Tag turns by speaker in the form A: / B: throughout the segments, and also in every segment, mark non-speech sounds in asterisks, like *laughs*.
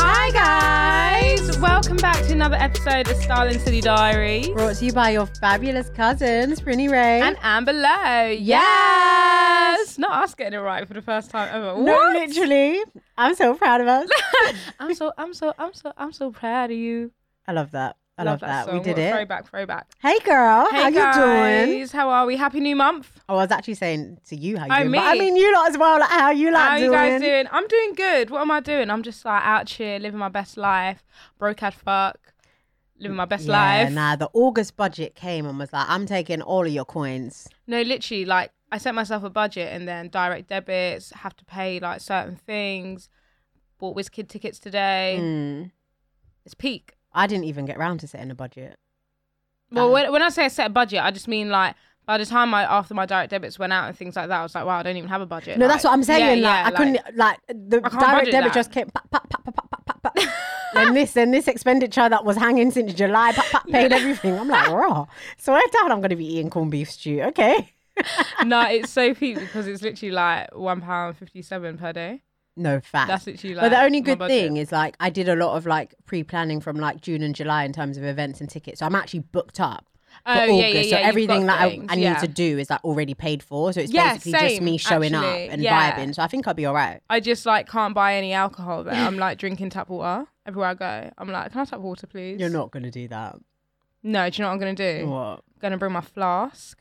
A: Hi guys! Welcome back to another episode of Starling City Diary.
B: Brought to you by your fabulous cousins, Brinny Ray.
A: And Amber Lowe. Yes! Not us getting it right for the first time ever.
B: no,
A: What?
B: literally. I'm so proud of us.
A: I'm so I'm so I'm so I'm so proud of you.
B: I love that. I love, that. We
A: song.
B: did
A: What a
B: it.
A: Throwback, throwback.
B: Hey girl, how you doing?
A: guys, How are we? Happy new month.
B: Oh, I was actually saying to you how you
A: Oh,
B: doing. but I
A: me.
B: mean you lot as well. Like, how you like
A: How are
B: doing?
A: you guys doing? I'm doing good. What am I doing? I'm just like out here living my best life. Broke as fuck. Living my best
B: yeah,
A: life.
B: Nah, the August budget came and was like, I'm taking all of your coins.
A: No, literally, like I set myself a budget and then direct debits, have to pay like certain things. Bought WizKid tickets today.
B: Mm.
A: It's peak.
B: I didn't even get round to setting a budget.
A: Well,
B: Uh-huh.
A: when, when I say I set a budget, I just mean like by the time I after my direct debits went out and things like that, I was like, wow, I don't even have a budget.
B: No, that's what
A: Like,
B: I'm saying.
A: yeah, yeah,
B: like, I couldn't like the
A: I can't
B: direct
A: budget
B: debit
A: that.
B: just came. Pop, pop, pop, pop, pop, pop, pop, pop. and this and this expenditure that was hanging since July, pop, pop, paid everything. I'm like, raw. So I doubt I'm going to be eating corned beef stew. Okay.
A: no, it's so peak because it's literally like one pound fifty seven per day.
B: No fact.
A: That's literally like.
B: Ah, but the only
A: my
B: good
A: budget.
B: thing is like I did a lot of like pre-planning from like June and July in terms of events and tickets. So I'm actually booked up.
A: oh, yeah,
B: For August,
A: yeah, yeah,
B: so
A: you've
B: everything
A: got
B: that I,
A: things,
B: I need
A: yeah.
B: to do is like already paid for. So it's
A: Yeah,
B: basically just
A: same,
B: me showing
A: actually.
B: up and
A: Yeah.
B: vibing. So I think I'll be all right.
A: I just like can't buy any alcohol there. I'm
B: *laughs*
A: like drinking tap water everywhere I go. I'm like, can I tap water, please?
B: You're not going to do that.
A: No, do you know what I'm gonna do?
B: What?
A: Gonna bring my flask.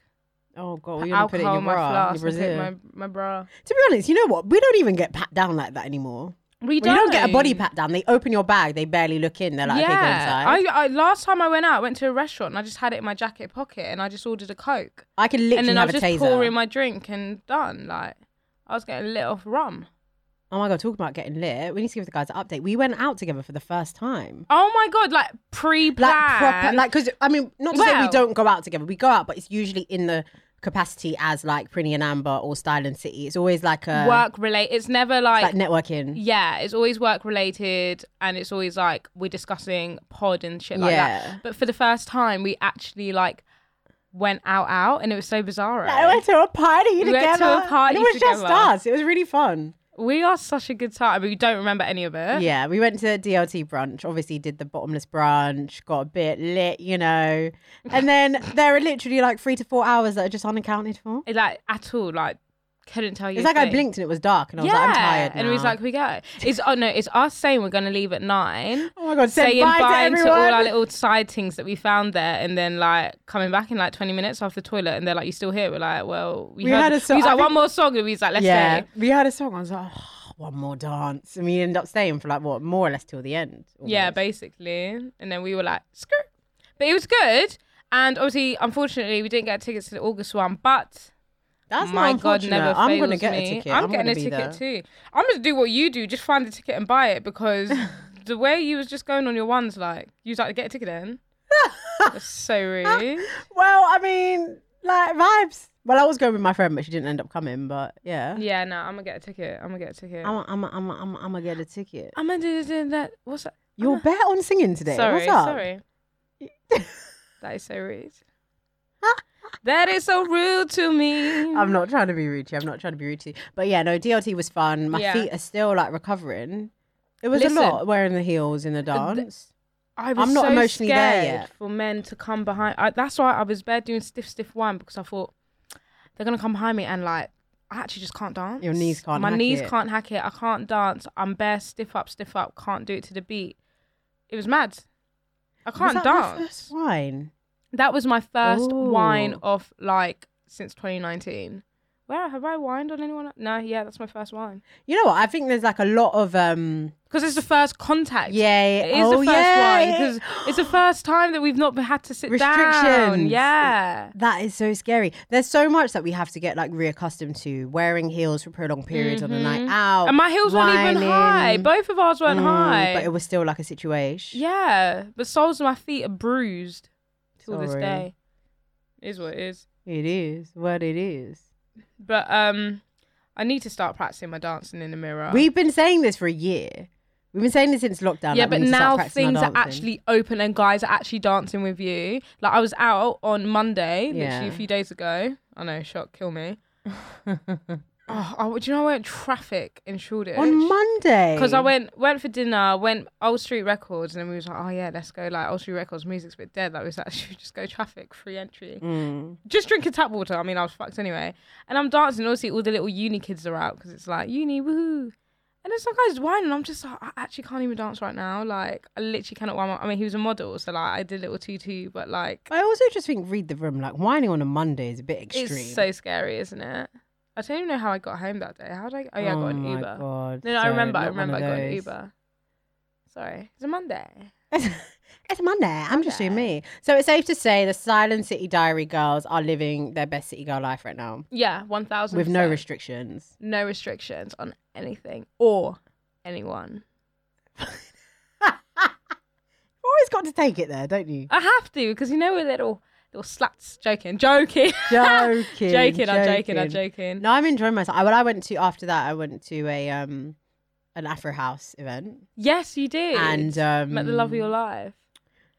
B: Oh god,
A: Put
B: well, you're gonna
A: alcohol
B: put it in your
A: in my
B: bra.
A: flask.
B: Your
A: and put it in
B: brassiere.
A: my my bra.
B: To be honest, you know what? We don't even get pat down like that anymore.
A: We
B: You don't, get a body pat down. They open your bag, they barely look in. They're like, okay, go
A: yeah,
B: inside.
A: I, I last time I went out, I went to a restaurant and I just had it in my jacket pocket and I just ordered a coke
B: I, can literally
A: and then I
B: have
A: was
B: a
A: just
B: taser.
A: pouring my drink and done. Like I was getting lit off rum.
B: oh my god, talk about getting lit. We need to give the guys an update. We went out together for the first time.
A: Oh my god! Like
B: Like
A: pre-planned.
B: proper, like because I mean, not to say we
A: Well-
B: don't go out together. We go out, but it's usually in the capacity as like Prinny and Amber or Style and City. It's always like a
A: work related. It's never like,
B: like networking.
A: yeah. It's always work related and it's always like we're discussing pod and shit like
B: Yeah.
A: that. But for the first time, we actually like went out out and it was so bizarre.
B: I went to a party
A: went to
B: together.
A: a party
B: it was just
A: together.
B: us. It was really fun.
A: *laughs* We are such a good time. We don't remember any of it.
B: Yeah, we went to DLT brunch. Obviously, did the bottomless brunch, got a bit lit, you know. And then there are literally like three to four hours that are just unaccounted for.
A: It, like at all. Like couldn't tell you.
B: It's
A: a
B: like I
A: thing.
B: blinked and it was dark, and I was like, I'm tired.
A: And he was
B: now.
A: like, we go. It's oh no, it's us saying we're gonna leave at nine.
B: *laughs* Oh my god, said
A: saying
B: bye, to everyone.
A: all our little side things that we found there, and then like coming back in like twenty minutes off the toilet, and they're like, "You still here?" We're like, "Well, we,
B: We
A: heard,
B: had a
A: We
B: song-
A: was
B: I
A: like, "One
B: think-
A: more song," and we was like, "Let's
B: yeah,
A: stay."
B: we had a song. I was like, "Oh, one more dance, and we ended up staying for like what, more or less till the end.
A: Yeah,
B: almost.
A: basically. And then we were like, "Screw," but it was good. And obviously, unfortunately, we didn't get tickets to the August one, but
B: That's
A: my
B: not
A: god,
B: unfortunate.
A: never
B: I'm gonna
A: fails
B: get
A: me.
B: a ticket.
A: I'm,
B: gonna
A: getting a
B: be
A: ticket
B: there.
A: too. I'm gonna do what you do. Just find a ticket and buy it
B: *laughs*
A: because the way you was just going on your ones, like you was like, get a ticket
B: *laughs*
A: then. That's so rude.
B: Well, I mean, like vibes. Well, I was going with my friend, but she didn't end up coming. But yeah,
A: Yeah, no, I'm gonna get a ticket. I'm gonna get a ticket.
B: I'm, I'm, I'm, I'm, I'm gonna get a ticket.
A: I'm gonna do do that. What's that?
B: You're bet on singing today.
A: Sorry,
B: What's up? *laughs*
A: sorry. that is so rude. that is so rude to me.
B: I'm not trying to be rude to you. I'm not trying to be rude to you. But yeah, no, DLT was fun. My
A: Yeah.
B: feet are still like recovering. It was
A: Listen.
B: a lot wearing the heels in the dance.
A: I was
B: I'm not
A: so
B: emotionally there
A: scared
B: yet.
A: for men to come behind. I, that's why I was there doing stiff, stiff one because I thought they're gonna come behind me and like I actually just can't dance.
B: Your knees can't
A: My
B: hack
A: knees
B: it.
A: can't hack it. I can't dance. I'm bare stiff up, stiff up. Can't do it to the beat. It was mad. I
B: Was
A: can't
B: that my
A: dance.
B: first wine. Oh.
A: That was my first wine
B: Ooh.
A: off like since 2019 where have I whined on anyone? No, yeah, that's my first wine.
B: You know what? I think there's like a lot of um.
A: Because it's the first contact.
B: Yeah.
A: It is
B: oh,
A: the first
B: yeah.
A: one because it's the first time that we've not had to sit down.
B: Restrictions.
A: Yeah.
B: That is so scary. There's so much that we have to get like reaccustomed to wearing heels for prolonged periods on a night out.
A: Mm-hmm. And my heels weren't even
B: Oh. whining.
A: high. Both of ours weren't
B: Mm,
A: high.
B: But it was still like a situation.
A: yeah. But soles of my feet are bruised till this
B: Sorry.
A: day. Is what it is.
B: It is what it is.
A: But um I need to start practicing my dancing in the mirror.
B: We've been saying this for a year. We've been saying this since lockdown.
A: yeah,
B: like, we
A: but
B: need to start
A: now
B: practicing our
A: things are
B: dancing.
A: actually open and guys are actually dancing with you. Like I was out on Monday, literally a
B: Yeah.
A: few days ago. I know, shock, kill me. *laughs* oh, I, do you know I went traffic in Shoreditch?
B: on Monday.
A: Because I went went for dinner, went Old Street Records, and then we was like, oh yeah, let's go like Old Street Records. Music's a bit dead. Like we was like, *laughs* should we just go traffic free entry?
B: Mm.
A: Just drinking tap water. I mean, I was fucked anyway. And I'm dancing. Obviously, all the little uni kids are out because it's like uni woohoo. And there's some guys whining. I'm just like, I actually can't even dance right now. Like I literally cannot whine. I mean, he was a model, so like I did a little tutu, but like
B: I also just think read the room. Like whining on a Monday is a bit extreme.
A: it's so scary, isn't it? I don't even know how I got home that day. How did I? Oh yeah, I got an
B: my
A: Uber.
B: God.
A: No, no, I
B: So,
A: remember. I
B: not one
A: remember. I
B: of
A: got an
B: those.
A: Uber. Sorry, it's a Monday.
B: *laughs* It's Monday. I'm just doing me. So it's safe to say the Silent City Diary girls are living their best city girl life right now
A: Yeah, one thousand.
B: with no restrictions.
A: no restrictions on anything or anyone.
B: You've always got to take it there,
A: *laughs*
B: don't you?
A: I have to because you know we're little little sluts. Joking, joking, *laughs*
B: joking,
A: joking. I'm joking. I'm joking.
B: No, I'm enjoying myself. I, well, I went to after that. I went to a um an Afro House event
A: Yes, you did.
B: and um
A: met the love of your life.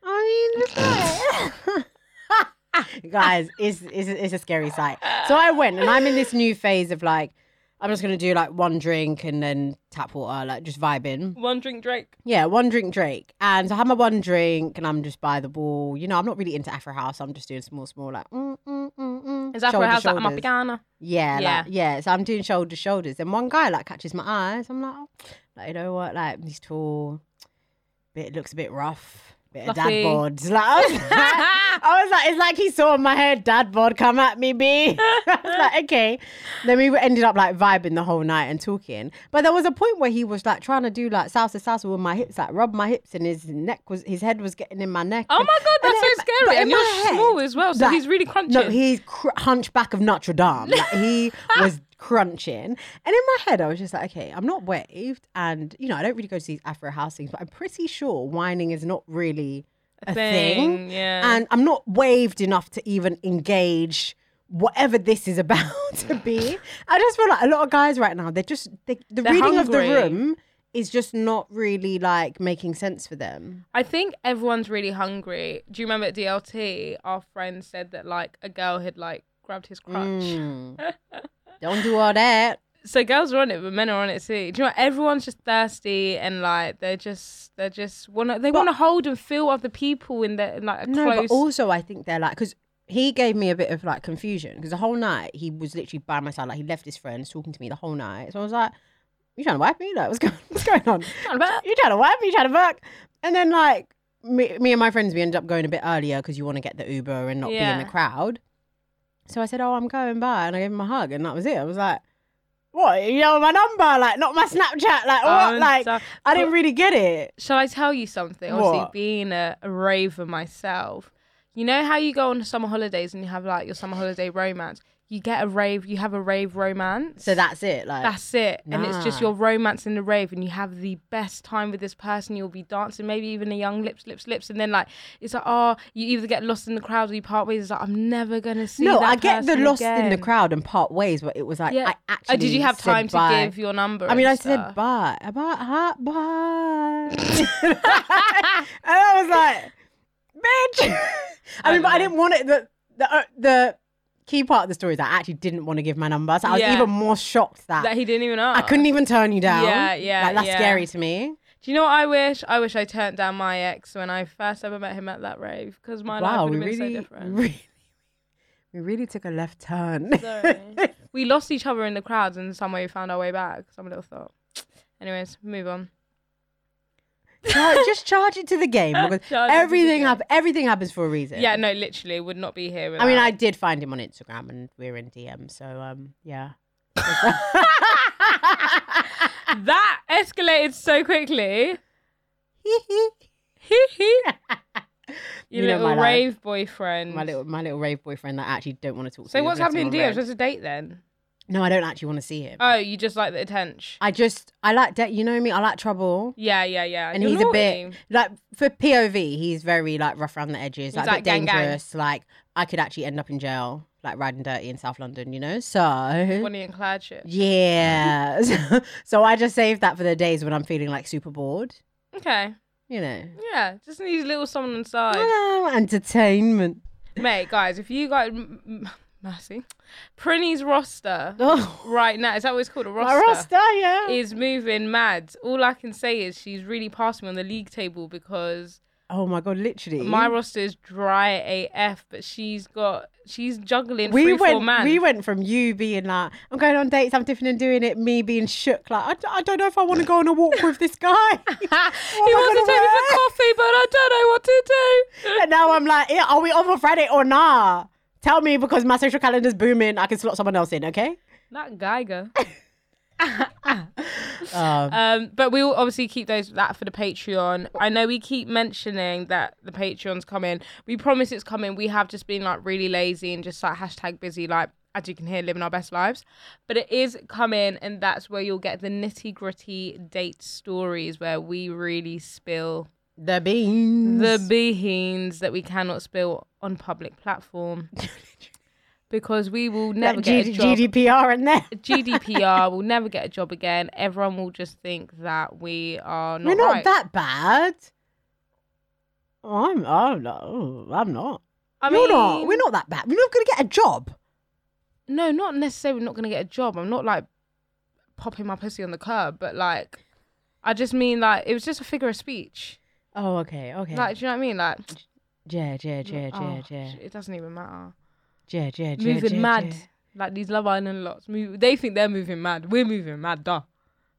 B: I mean, look at it. *laughs* guys, it's, it's it's a scary sight. So I went, and I'm in this new phase of like, I'm just gonna do like one drink and then tap water, like just vibing.
A: One drink, Drake.
B: Yeah, one drink Drake. And so I have my one drink, and I'm just by the wall. You know, I'm not really into Afro House. I'm just doing small, small, like mm mm mm mm.
A: Is that
B: shoulder,
A: for house? Like, I'm a
B: shoulders.
A: *laughs* piranha.
B: Yeah,
A: Yeah.
B: yeah, like, yeah. So I'm doing shoulder shoulders, and one guy like catches my eyes. I'm like, oh, like you know what? Like he's tall, bit looks a bit rough, bit of
A: Fluffy.
B: dad bods. *laughs* Like I was, like, I was like, it's like he saw in my head, dad bod, come at me, b. *laughs* I was
A: *laughs*
B: like, okay. Then we ended up like vibing the whole night and talking. But there was a point where he was like trying to do like salsa salsa with my hips, like rub my hips, and his neck was his head was getting in my neck.
A: Oh
B: and-
A: my god, that's
B: and in
A: so
B: my- but
A: scary.
B: in
A: And
B: my
A: you're
B: head,
A: small as well, so
B: that-
A: he's really crunching.
B: No, he's cr- hunchback of Notre Dame. Like
A: *laughs*
B: he was crunching, and in my head, I was just like, okay, I'm not waved, and you know, I don't really go to these Afro house things, but I'm pretty sure whining is not really a thing,
A: Yeah.
B: and I'm not waved enough to even engage whatever this is *laughs* about to be. I just feel like a lot of guys right now, they're just they, the
A: They're
B: reading of the
A: hungry.
B: room is just not really like making sense for them.
A: I think everyone's really hungry. Do you remember at DLT, our friend said that like a girl had like grabbed his crutch.
B: Mm. don't do all that.
A: So girls are on it, but men are on it too. Do you know what? everyone's just thirsty and like they're just they're just wanna they
B: But-
A: wanna hold and feel other people in their in, like a
B: No,
A: close.
B: but also I think they're like because he gave me a bit of like confusion because the whole night he was literally by my side, like he left his friends talking to me the whole night. So I was like, "You trying to wipe me? Like, what's going, *laughs* what's going on?
A: Trying to work?
B: You trying to wipe me? You trying to work?" And then like me, me and my friends, we ended up going a bit earlier because you want to get the Uber and not be
A: Yeah.
B: in the crowd. So I said, "Oh, I'm going by," and I gave him a hug, and that was it. I was like. What you know my number like not my Snapchat like
A: Oh,
B: what
A: and
B: like
A: stuff.
B: I didn't
A: But-
B: really get it.
A: Shall I tell you something? Obviously,
B: What?
A: being a, a raver myself, you know how you go on summer holidays and you have like your summer holiday romance. You get a rave, you have a rave romance.
B: So that's it like
A: That's it. And it's just
B: Nah.
A: your romance in the rave, and you have the best time with this person. You'll be dancing, maybe even a young lips, lips, lips. And then, like, it's like, oh, you either get lost in the crowd or you part ways. It's like, I'm never going to see
B: no,
A: that
B: I get the
A: person
B: lost in the
A: again.
B: crowd and part ways, but it was like
A: Yeah.
B: I actually.
A: Oh, did you have
B: said
A: time to
B: bye.
A: give your number?
B: I mean,
A: and
B: I
A: stuff?
B: said bye, about
A: *laughs*
B: hot bye, *laughs* and I was like, bitch. *laughs* I mean, but I didn't want it. The the uh, the key part of the story is I actually didn't want to give my number, so I was
A: Yeah.
B: even more shocked that,
A: that he didn't even ask.
B: I couldn't even turn you down.
A: Yeah, yeah,
B: Like, that's
A: yeah.
B: scary to me.
A: Do you know what I wish? I wish I turned down my ex when I first ever met him at that rave because my
B: wow,
A: life
B: *laughs* we
A: would have been
B: really,
A: so different.
B: really, we really took a left turn. *laughs*
A: Sorry. we lost each other in the crowds, and some way we found our way back. Some little thought. Anyways, move on.
B: Char- just charge it to
A: *laughs*
B: the game because
A: Charge it to the
B: everything
A: game.
B: hap- everything happens for a reason.
A: Yeah, no, literally would not be here. Without.
B: I mean, I did find him on Instagram, and we're in DM. So, um,
A: *laughs*
B: yeah.
A: *laughs* that escalated so quickly. *laughs* Your
B: You know my
A: little
B: life.
A: rave boyfriend.
B: my little my little rave boyfriend that I actually don't want to talk to.
A: So
B: me
A: what's
B: unless I'm
A: happening in
B: on
A: DMs?
B: red.
A: What's a date then?
B: No, I don't actually want to see him.
A: Oh, you just like the attention.
B: I just I like that. You know me. I like trouble.
A: Yeah, yeah, yeah.
B: and
A: You're
B: he's a
A: naughty.
B: bit like for POV, he's very like rough around the edges, like,
A: like,
B: a bit
A: gang, gang.
B: dangerous. Like I could actually end up in jail, like riding dirty in South London, you know. So
A: Bonnie and Clyde shit.
B: yeah, *laughs* so, I just save that for the days when I'm feeling like super bored,
A: Okay.
B: you know.
A: Yeah, just needs a little someone
B: *laughs*
A: inside.
B: Hello, entertainment.
A: Mate, guys, if you got m- m- mercy, Prinny's roster *laughs*
B: Oh,
A: right now is that what it's called? A roster.
B: my roster, yeah.
A: Is moving mad. All I can say is she's really passed me on the league table because
B: oh my god, literally.
A: my roster is dry AF, but she's got she's juggling
B: we
A: three four
B: went,
A: man.
B: we went from you being like, I'm going on dates, I'm different and doing it, me being shook, like, I, d- I don't know if I want to go on a walk with this guy. *laughs*
A: he
B: am I
A: wants to
B: gonna
A: take me for coffee,
B: wear?
A: but I don't know what to do.
B: And now I'm like, yeah, are we on for Friday or nah? Tell me because my social calendar's booming. I can slot someone else in, okay?
A: Not
B: *laughs*
A: Geiger.
B: Um,
A: Um, but we will obviously keep those that for the Patreon. I know we keep mentioning that the Patreon's coming. We promise it's coming. We have just been like really lazy and just like hashtag busy, like as you can hear, living our best lives. But it is coming, and that's where you'll get the nitty gritty date stories where we really spill
B: the beans.
A: the beans that we cannot spill on public
B: *laughs*
A: platform because we will never
B: that
A: get
B: G-
A: a job.
B: GDPR in there.
A: GDPR will never get a job again. Everyone will just think that we are not,
B: We're not
A: right.
B: that bad. I'm, I'm not. oh, I'm not.
A: I
B: You're
A: mean,
B: not. We're not that bad. We're not going to get a job.
A: No, not necessarily. Not going to get a job. I'm not like popping my pussy on the curb, but like, I just mean like it was just a figure of speech.
B: Oh, okay, okay.
A: Like, do you know what I mean? Like,
B: yeah, yeah, yeah,
A: oh,
B: yeah, yeah,
A: It doesn't even matter.
B: yeah, yeah, yeah.
A: moving
B: yeah,
A: mad.
B: yeah.
A: Like these Love Island lots. Move, they think they're moving mad. We're moving mad, duh.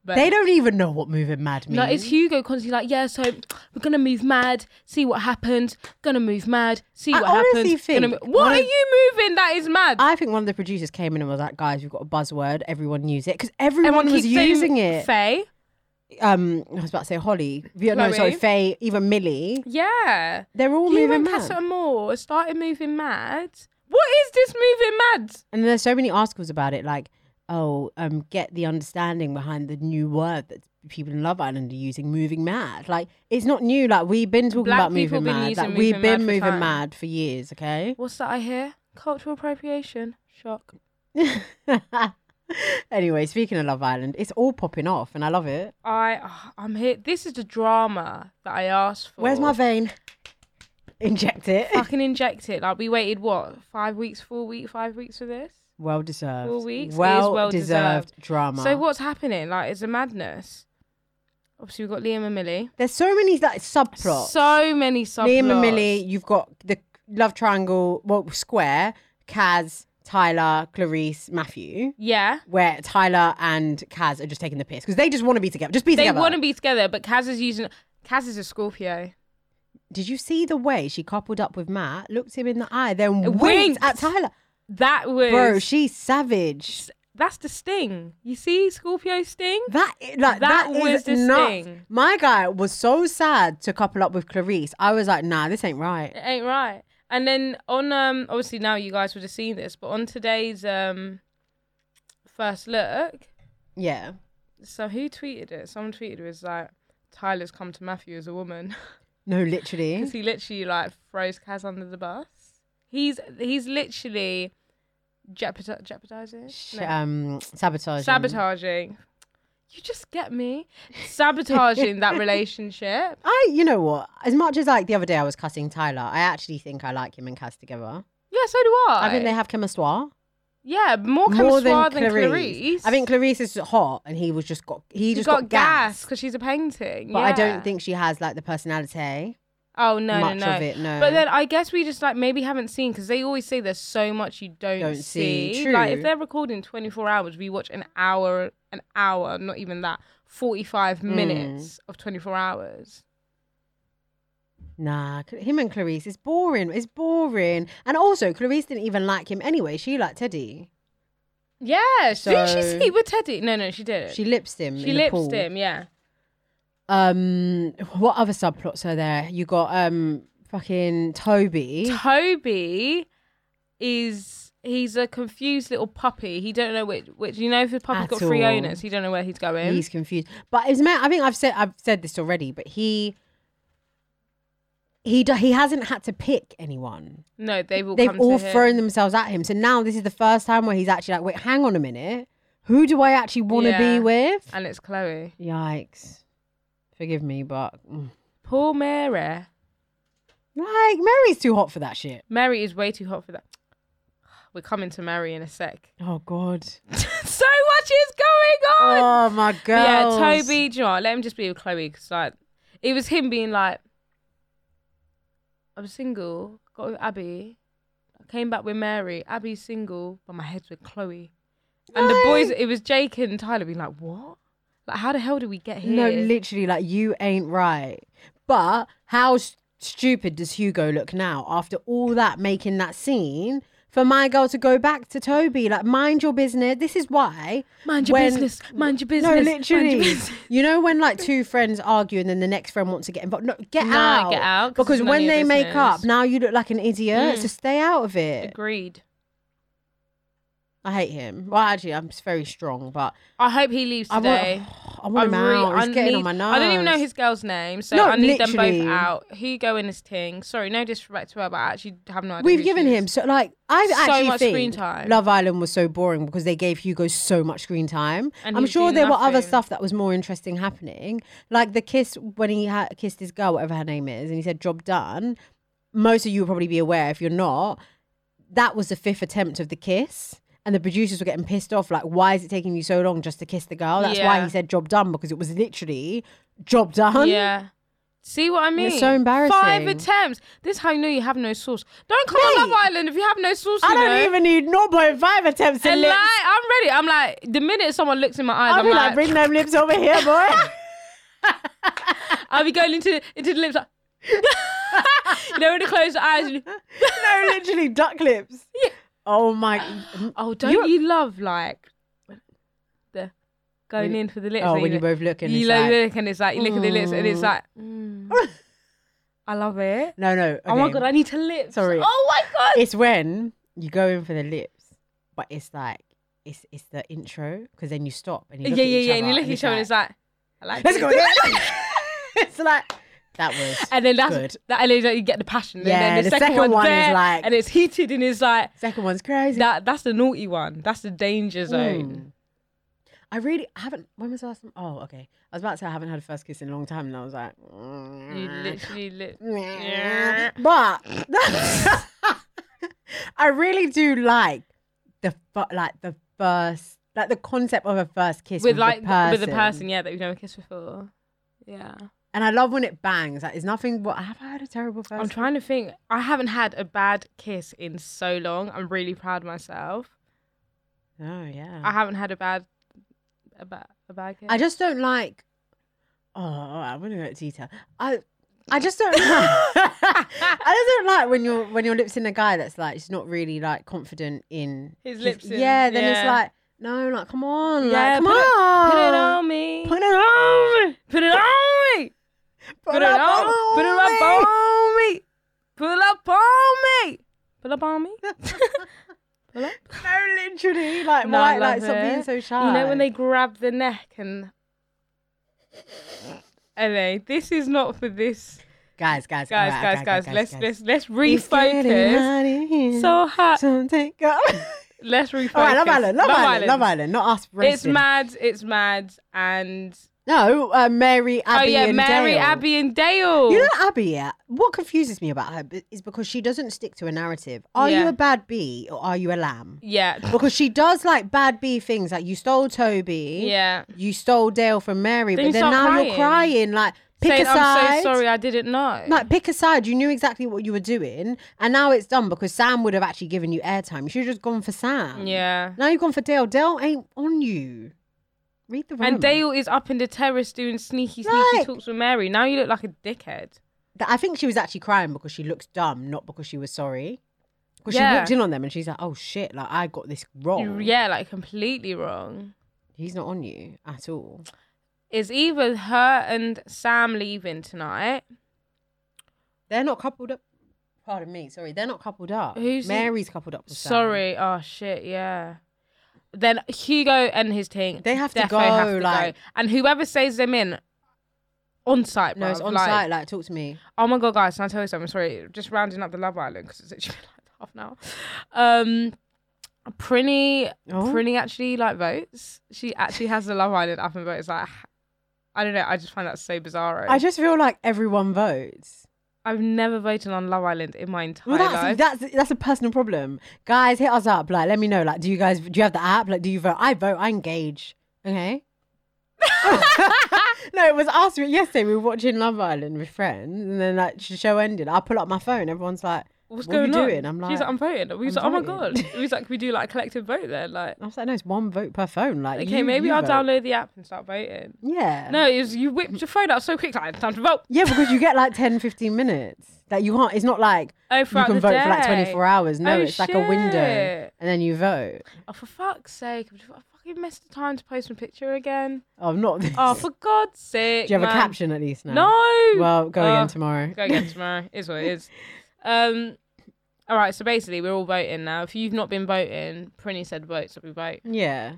A: But
B: They don't even know what moving mad means.
A: No, it's Hugo constantly like, yeah, so we're gonna move mad, see what happens, gonna move mad, see
B: I
A: what
B: honestly
A: happens.
B: think
A: gonna mo-
B: one
A: what are
B: of-
A: you moving that is mad?
B: I think one of the producers came in and was like, "Guys, we've got a buzzword. Everyone use it because everyone,
A: Everyone
B: was
A: keeps saying
B: using it."
A: Faye.
B: um, I was about to say Holly. Yeah, No,
A: Chloe.
B: sorry, Faye. Even Millie.
A: Yeah.
B: They're all
A: Hugo
B: moving
A: and
B: mad.
A: Casa Amor started moving mad. What is this moving mad?
B: and there's so many articles about it, like, oh, um, get the understanding behind the new word that people in Love Island are using, moving mad. Like, it's not new. Like we've been talking
A: Black
B: about
A: people
B: moving
A: been
B: mad.
A: using
B: Like we've
A: moving mad
B: been
A: for
B: moving
A: time.
B: mad for years. Okay. *laughs*
A: What's that I hear? Cultural appropriation. Shock.
B: anyway, speaking of Love Island, it's all popping off, and I love it.
A: I ah, I'm here. This is the drama that I asked for.
B: Where's my vein? Inject it.
A: fucking inject it? Like we waited what five weeks, four weeks, five weeks for this.
B: Well deserved.
A: Four weeks. It is
B: Well,
A: well
B: deserved, drama.
A: So what's happening? Like, it's a madness. Obviously, we've got Liam and Millie.
B: There's so many like subplots.
A: So many subplots.
B: Liam and Millie. You've got the love triangle. Well, square. Kaz, Tyler, Clarice, Matthew.
A: Yeah.
B: Where Tyler and Kaz are just taking the piss because they just want to be together. Just be
A: They
B: together.
A: want to be together, but Kaz is using. Kaz is a Scorpio.
B: Did you see the way she coupled up with Matt? Looked him in the eye, then winked,
A: Winked.
B: at Tyler.
A: That was.
B: Bro, she's savage.
A: that's the sting. You see Scorpio sting?
B: That i- like
A: That
B: that
A: was
B: is
A: the
B: nuts.
A: sting.
B: My guy was so sad to couple up with Clarice. I was like, nah, this ain't right.
A: It ain't right. And then on um obviously now you guys would have seen this, but on today's um first look,
B: Yeah.
A: so who tweeted it? Someone tweeted it was like Tyler's come to Matthew as a woman. *laughs*
B: No, literally.
A: because he literally like throws Kaz under the bus. He's he's literally jeopard- jeopardizing,
B: Sh-
A: No.
B: um sabotage
A: sabotaging. You just get me sabotaging
B: *laughs*
A: that relationship.
B: I you know what as much as like the other day I was cussing Tyler I actually think I like him and Cass together
A: Yeah, so do I.
B: I think they have chemistry
A: yeah more
B: more than
A: camouflage than, Clarice.
B: I think Clarice is hot and he was just got he
A: you
B: just
A: got, gas
B: gassed.
A: because she's a painting.
B: but I don't
A: yeah.
B: think she has like the personality
A: Oh no,
B: much
A: no, no.
B: of it no
A: But then I guess we just like maybe haven't seen because they always say there's so much you don't,
B: Don't see.
A: Like
B: True.
A: if they're recording 24 hours, we watch an
B: Mm.
A: hour, an hour, not even that, 45 minutes of 24 hours.
B: Nah, Cl- him and Clarice is boring. It's boring. And also, Clarice didn't even like him anyway. She liked Teddy.
A: Yeah, didn't she
B: So-
A: sleep with Teddy? No, no, she did.
B: She lips him.
A: she
B: in the pool.
A: lips him. Yeah.
B: Um, what other subplots are there? You got um, fucking Toby.
A: Toby is he's a confused little puppy. He don't know which which you know if his puppy's
B: At
A: got three
B: all.
A: owners, he don't know where he's going.
B: He's confused. But it's man, I think I've said I've said this already. But he. He, do, he hasn't had to pick anyone.
A: no, they've all
B: They've
A: come
B: all
A: to him.
B: thrown themselves at him. So now this is the first time where he's actually like, wait, hang on a minute. Who do I actually want to
A: Yeah.
B: be with?
A: and it's Chloe.
B: Yikes. Forgive me, but mm.
A: Poor Mary.
B: like Mary's too hot for that shit.
A: Mary is way too hot for that. *sighs* We're coming to Mary in a
B: *laughs*
A: sec.
B: Oh God.
A: so much is going on.
B: Oh my
A: But
B: God.
A: Yeah, Toby. Do you know what? Let him just be with Chloe because like it was him being like, I'm single, got with Abby, I came back with Mary. Abby's single, but my head's with Chloe. And the boys, it was Jake and Tyler being like, what? Like, how the hell did we get here?
B: No, literally, like you ain't right. But how s- stupid does Hugo look now after all that making that scene? For my girl to go back to Toby, like mind your business. This is why.
A: Mind your
B: when-
A: business, mind your business,
B: No,
A: mind your
B: literally.
A: business. *laughs*
B: You know when like two friends argue and then the next friend wants to get involved. No, get
A: No,
B: out.
A: get out, 'cause
B: Because
A: it's none
B: when
A: of your
B: they make
A: business. Mm.
B: up, now you look like an idiot. So stay out of it.
A: Agreed.
B: I hate him. Well, actually, I'm s- very strong, but
A: I hope he leaves
B: I want.
A: today.
B: *sighs* I want him
A: I really-
B: out. He's
A: I
B: getting on
A: need-
B: my nerves.
A: I don't even know his girl's name, so
B: No,
A: I need them
B: literally.
A: both out. Hugo and his ting. Sorry, no disrespect to her, but I actually have no idea. who
B: We've
A: she
B: given
A: is.
B: him so like I
A: So
B: actually
A: much
B: think
A: screen time.
B: Love Island was so boring because they gave Hugo so much screen time.
A: And
B: I'm
A: he's
B: sure
A: doing
B: there were other
A: nothing.
B: stuff that was more interesting happening, like the kiss when he ha- kissed his girl, whatever her name is, and he said "job done." Most of you will probably be aware if you're not. That was the fifth attempt of the kiss. And the producers were getting pissed off, like, why is it taking you so long just to kiss the girl? That's why
A: Yeah.
B: he said job done, because it was literally job done.
A: Yeah. See what I mean?
B: it's so embarrassing.
A: Five attempts. This is how you know you have no sauce. Don't come on
B: Mate.
A: Love Island if you have no sauce.
B: I
A: you
B: don't
A: know?
B: even need 0.5 attempts in
A: And like,
B: lips.
A: I'm ready. I'm like, the minute someone looks in my eyes,
B: I'll
A: I'm
B: be like,
A: like,
B: bring them lips over here,
A: *laughs*
B: boy. *laughs*
A: I'll be going into the, into the lips. Like, *laughs* you know, when you close your eyes. And,
B: no, literally, duck lips.
A: *gasps*
B: Oh my.
A: oh, don't
B: You-
A: you, love like the going in for the lips?
B: Oh,
A: and
B: when
A: you
B: you're
A: know-
B: both looking.
A: you
B: it's
A: like,
B: like-
A: look and it's like you look at the lips and it's like, *laughs* mm. I love it.
B: No, no.
A: Oh my
B: okay.
A: god, I need to lips.
B: Sorry.
A: Oh my god.
B: It's when you go in for the lips, but it's like, it's it's the intro, because then you stop and you look
A: yeah,
B: at
A: yeah,
B: each
A: yeah.
B: other
A: And you look at each other and it's like, I like
B: Let's
A: it. *laughs*
B: go. yeah. *laughs* it's like, that was.
A: And then that's
B: Good.
A: that. And then like, you get the passion.
B: Yeah,
A: and then the, second, one is like, and it's heated and it's like
B: Second one's crazy. Hmm.
A: that. That's the naughty one. That's the danger zone.
B: I really I haven't. When was the last time? Oh, okay. I was about to say I haven't had a first kiss in a long time, and I was like, "Mm."
A: You literally, lit. Yeah.
B: but *laughs* I really do like the fu- like the first like the concept of a first kiss
A: with
B: with,
A: like
B: the
A: th-
B: person.
A: with the person, yeah, that we've never kissed before. Yeah,
B: and I love when it bangs. Like, there's nothing. What have I had a terrible first?
A: I'm trying to think. I haven't had a bad kiss in so long. I'm really proud of myself.
B: Oh yeah.
A: I haven't had a bad, a bad, a bad kiss.
B: I just don't like. Oh, all right, I'm gonna go into detail. I, I just
A: *laughs*
B: don't. *laughs* like, I just don't like when you're when you're lips in a guy that's like he's not really like confident in
A: His lips in,
B: Yeah, then it's
A: yeah.
B: like no, like come on,
A: Yeah,
B: like come
A: put it-
B: on,
A: Put it on me.
B: put it on, me.
A: Put it on me.
B: put,
A: Put it on. Put it up
B: me.
A: on me. Put it up on me. Put up on me. *laughs* Pull up.
B: No, literally, like
A: No, I
B: why, like
A: love
B: stop being
A: it.
B: so shy.
A: You know when they grab the neck and and they this is not for this
B: guys, guys,
A: guys,
B: alright,
A: guys,
B: okay,
A: guys, Let's let's let's
B: It's getting
A: refocus.
B: hot in here.
A: So hot.
B: Something go.
A: Let's refocus.
B: All right, Love Island, Love, Island, Love Island, not us.
A: It's
B: roasting.
A: mad. It's mad. And
B: No, uh, Mary, Abby,
A: oh yeah,
B: and
A: Mary,
B: Dale.
A: Abby, and Dale.
B: You know Abby, yeah. What confuses me about her b- is because she doesn't stick to a narrative. Are you
A: Yeah.
B: a bad bee or are you a lamb?
A: yeah,
B: Because she does like bad bee things, like you stole Toby,
A: yeah.
B: you stole Dale from Mary,
A: Then
B: but
A: you
B: then
A: start
B: now you're
A: crying.
B: crying. Like pick
A: Saying
B: a side.
A: I'm so sorry, I didn't know.
B: Like pick a side. You knew exactly what you were doing, and now it's done because Sam would have actually given you airtime. You should have just gone for Sam.
A: yeah.
B: Now you've gone for Dale. Dale ain't on you. Read the room.
A: And Dale is up in the terrace doing sneaky, sneaky
B: Like-
A: talks with Mary. Now you look like a dickhead.
B: th- I think she was actually crying because she looks dumb, not because she was sorry. Because she
A: Yeah.
B: walked in on them and she's like, "Oh shit! Like I got this wrong.
A: Yeah, like completely wrong.
B: He's not on you at all."
A: It's either her and Sam leaving tonight.
B: They're not coupled up. Pardon me, sorry. They're not coupled up.
A: Who's he-
B: Mary's coupled up with Sam.
A: Sorry. Oh shit. Yeah. Then Hugo and his team.
B: They have to
A: defo have
B: go,
A: to
B: like-
A: and whoever saves them in, on site.
B: No, it's
A: bruv,
B: on
A: like-
B: site. Like, talk to me.
A: Oh my god, guys! Can I tell you something? Sorry, just rounding up the Love Island because it's actually been *laughs* like half an hour. Um, Prinny,
B: Oh.
A: Prinny actually like votes. She actually has the Love Island up and votes. Like, I don't know. I just find that so bizarre.
B: I just feel like everyone votes.
A: I've never voted on Love Island in my entire
B: Well,
A: life.
B: that's, that's that's a personal problem, guys. Hit us up, like, let me know, like, do you guys do you have the app? Like, do you vote? I vote. I engage.
A: *laughs*
B: Okay. no, it was us yesterday. We were watching Love Island with friends, and then like the show ended. I pull up my phone. Everyone's like,
A: What's
B: what
A: going
B: are you
A: on?
B: doing? I'm like,
A: she's like, I'm voting. We was
B: I'm
A: like, oh my
B: voting.
A: god. We was like, can we do like a collective vote then? Like,
B: *laughs* I was like, no, it's one vote per phone. Like,
A: okay,
B: you-
A: maybe
B: you
A: I'll
B: vote.
A: download the app and start voting.
B: Yeah.
A: No, it was, you whipped your phone out so quick. Like, time to vote.
B: Yeah, because you get like 10, 15 minutes. Like you can't. It's not like
A: Oh,
B: you
A: throughout
B: can
A: the
B: vote for like
A: day.
B: twenty four hours. No,
A: Oh,
B: it's like a window, and
A: shit.
B: then you vote.
A: Oh, for fuck's sake! I've fucking missed the time to post my picture again.
B: Oh, not. This. *laughs*
A: Oh, for God's sake!
B: Do you have
A: man.
B: a caption at least now?
A: No.
B: Well, go
A: Oh,
B: again tomorrow.
A: Go again tomorrow. is what it is. Um. All right. So basically, we're all voting now. If you've not been voting, Prinny said vote, so we vote.
B: *laughs* Yeah.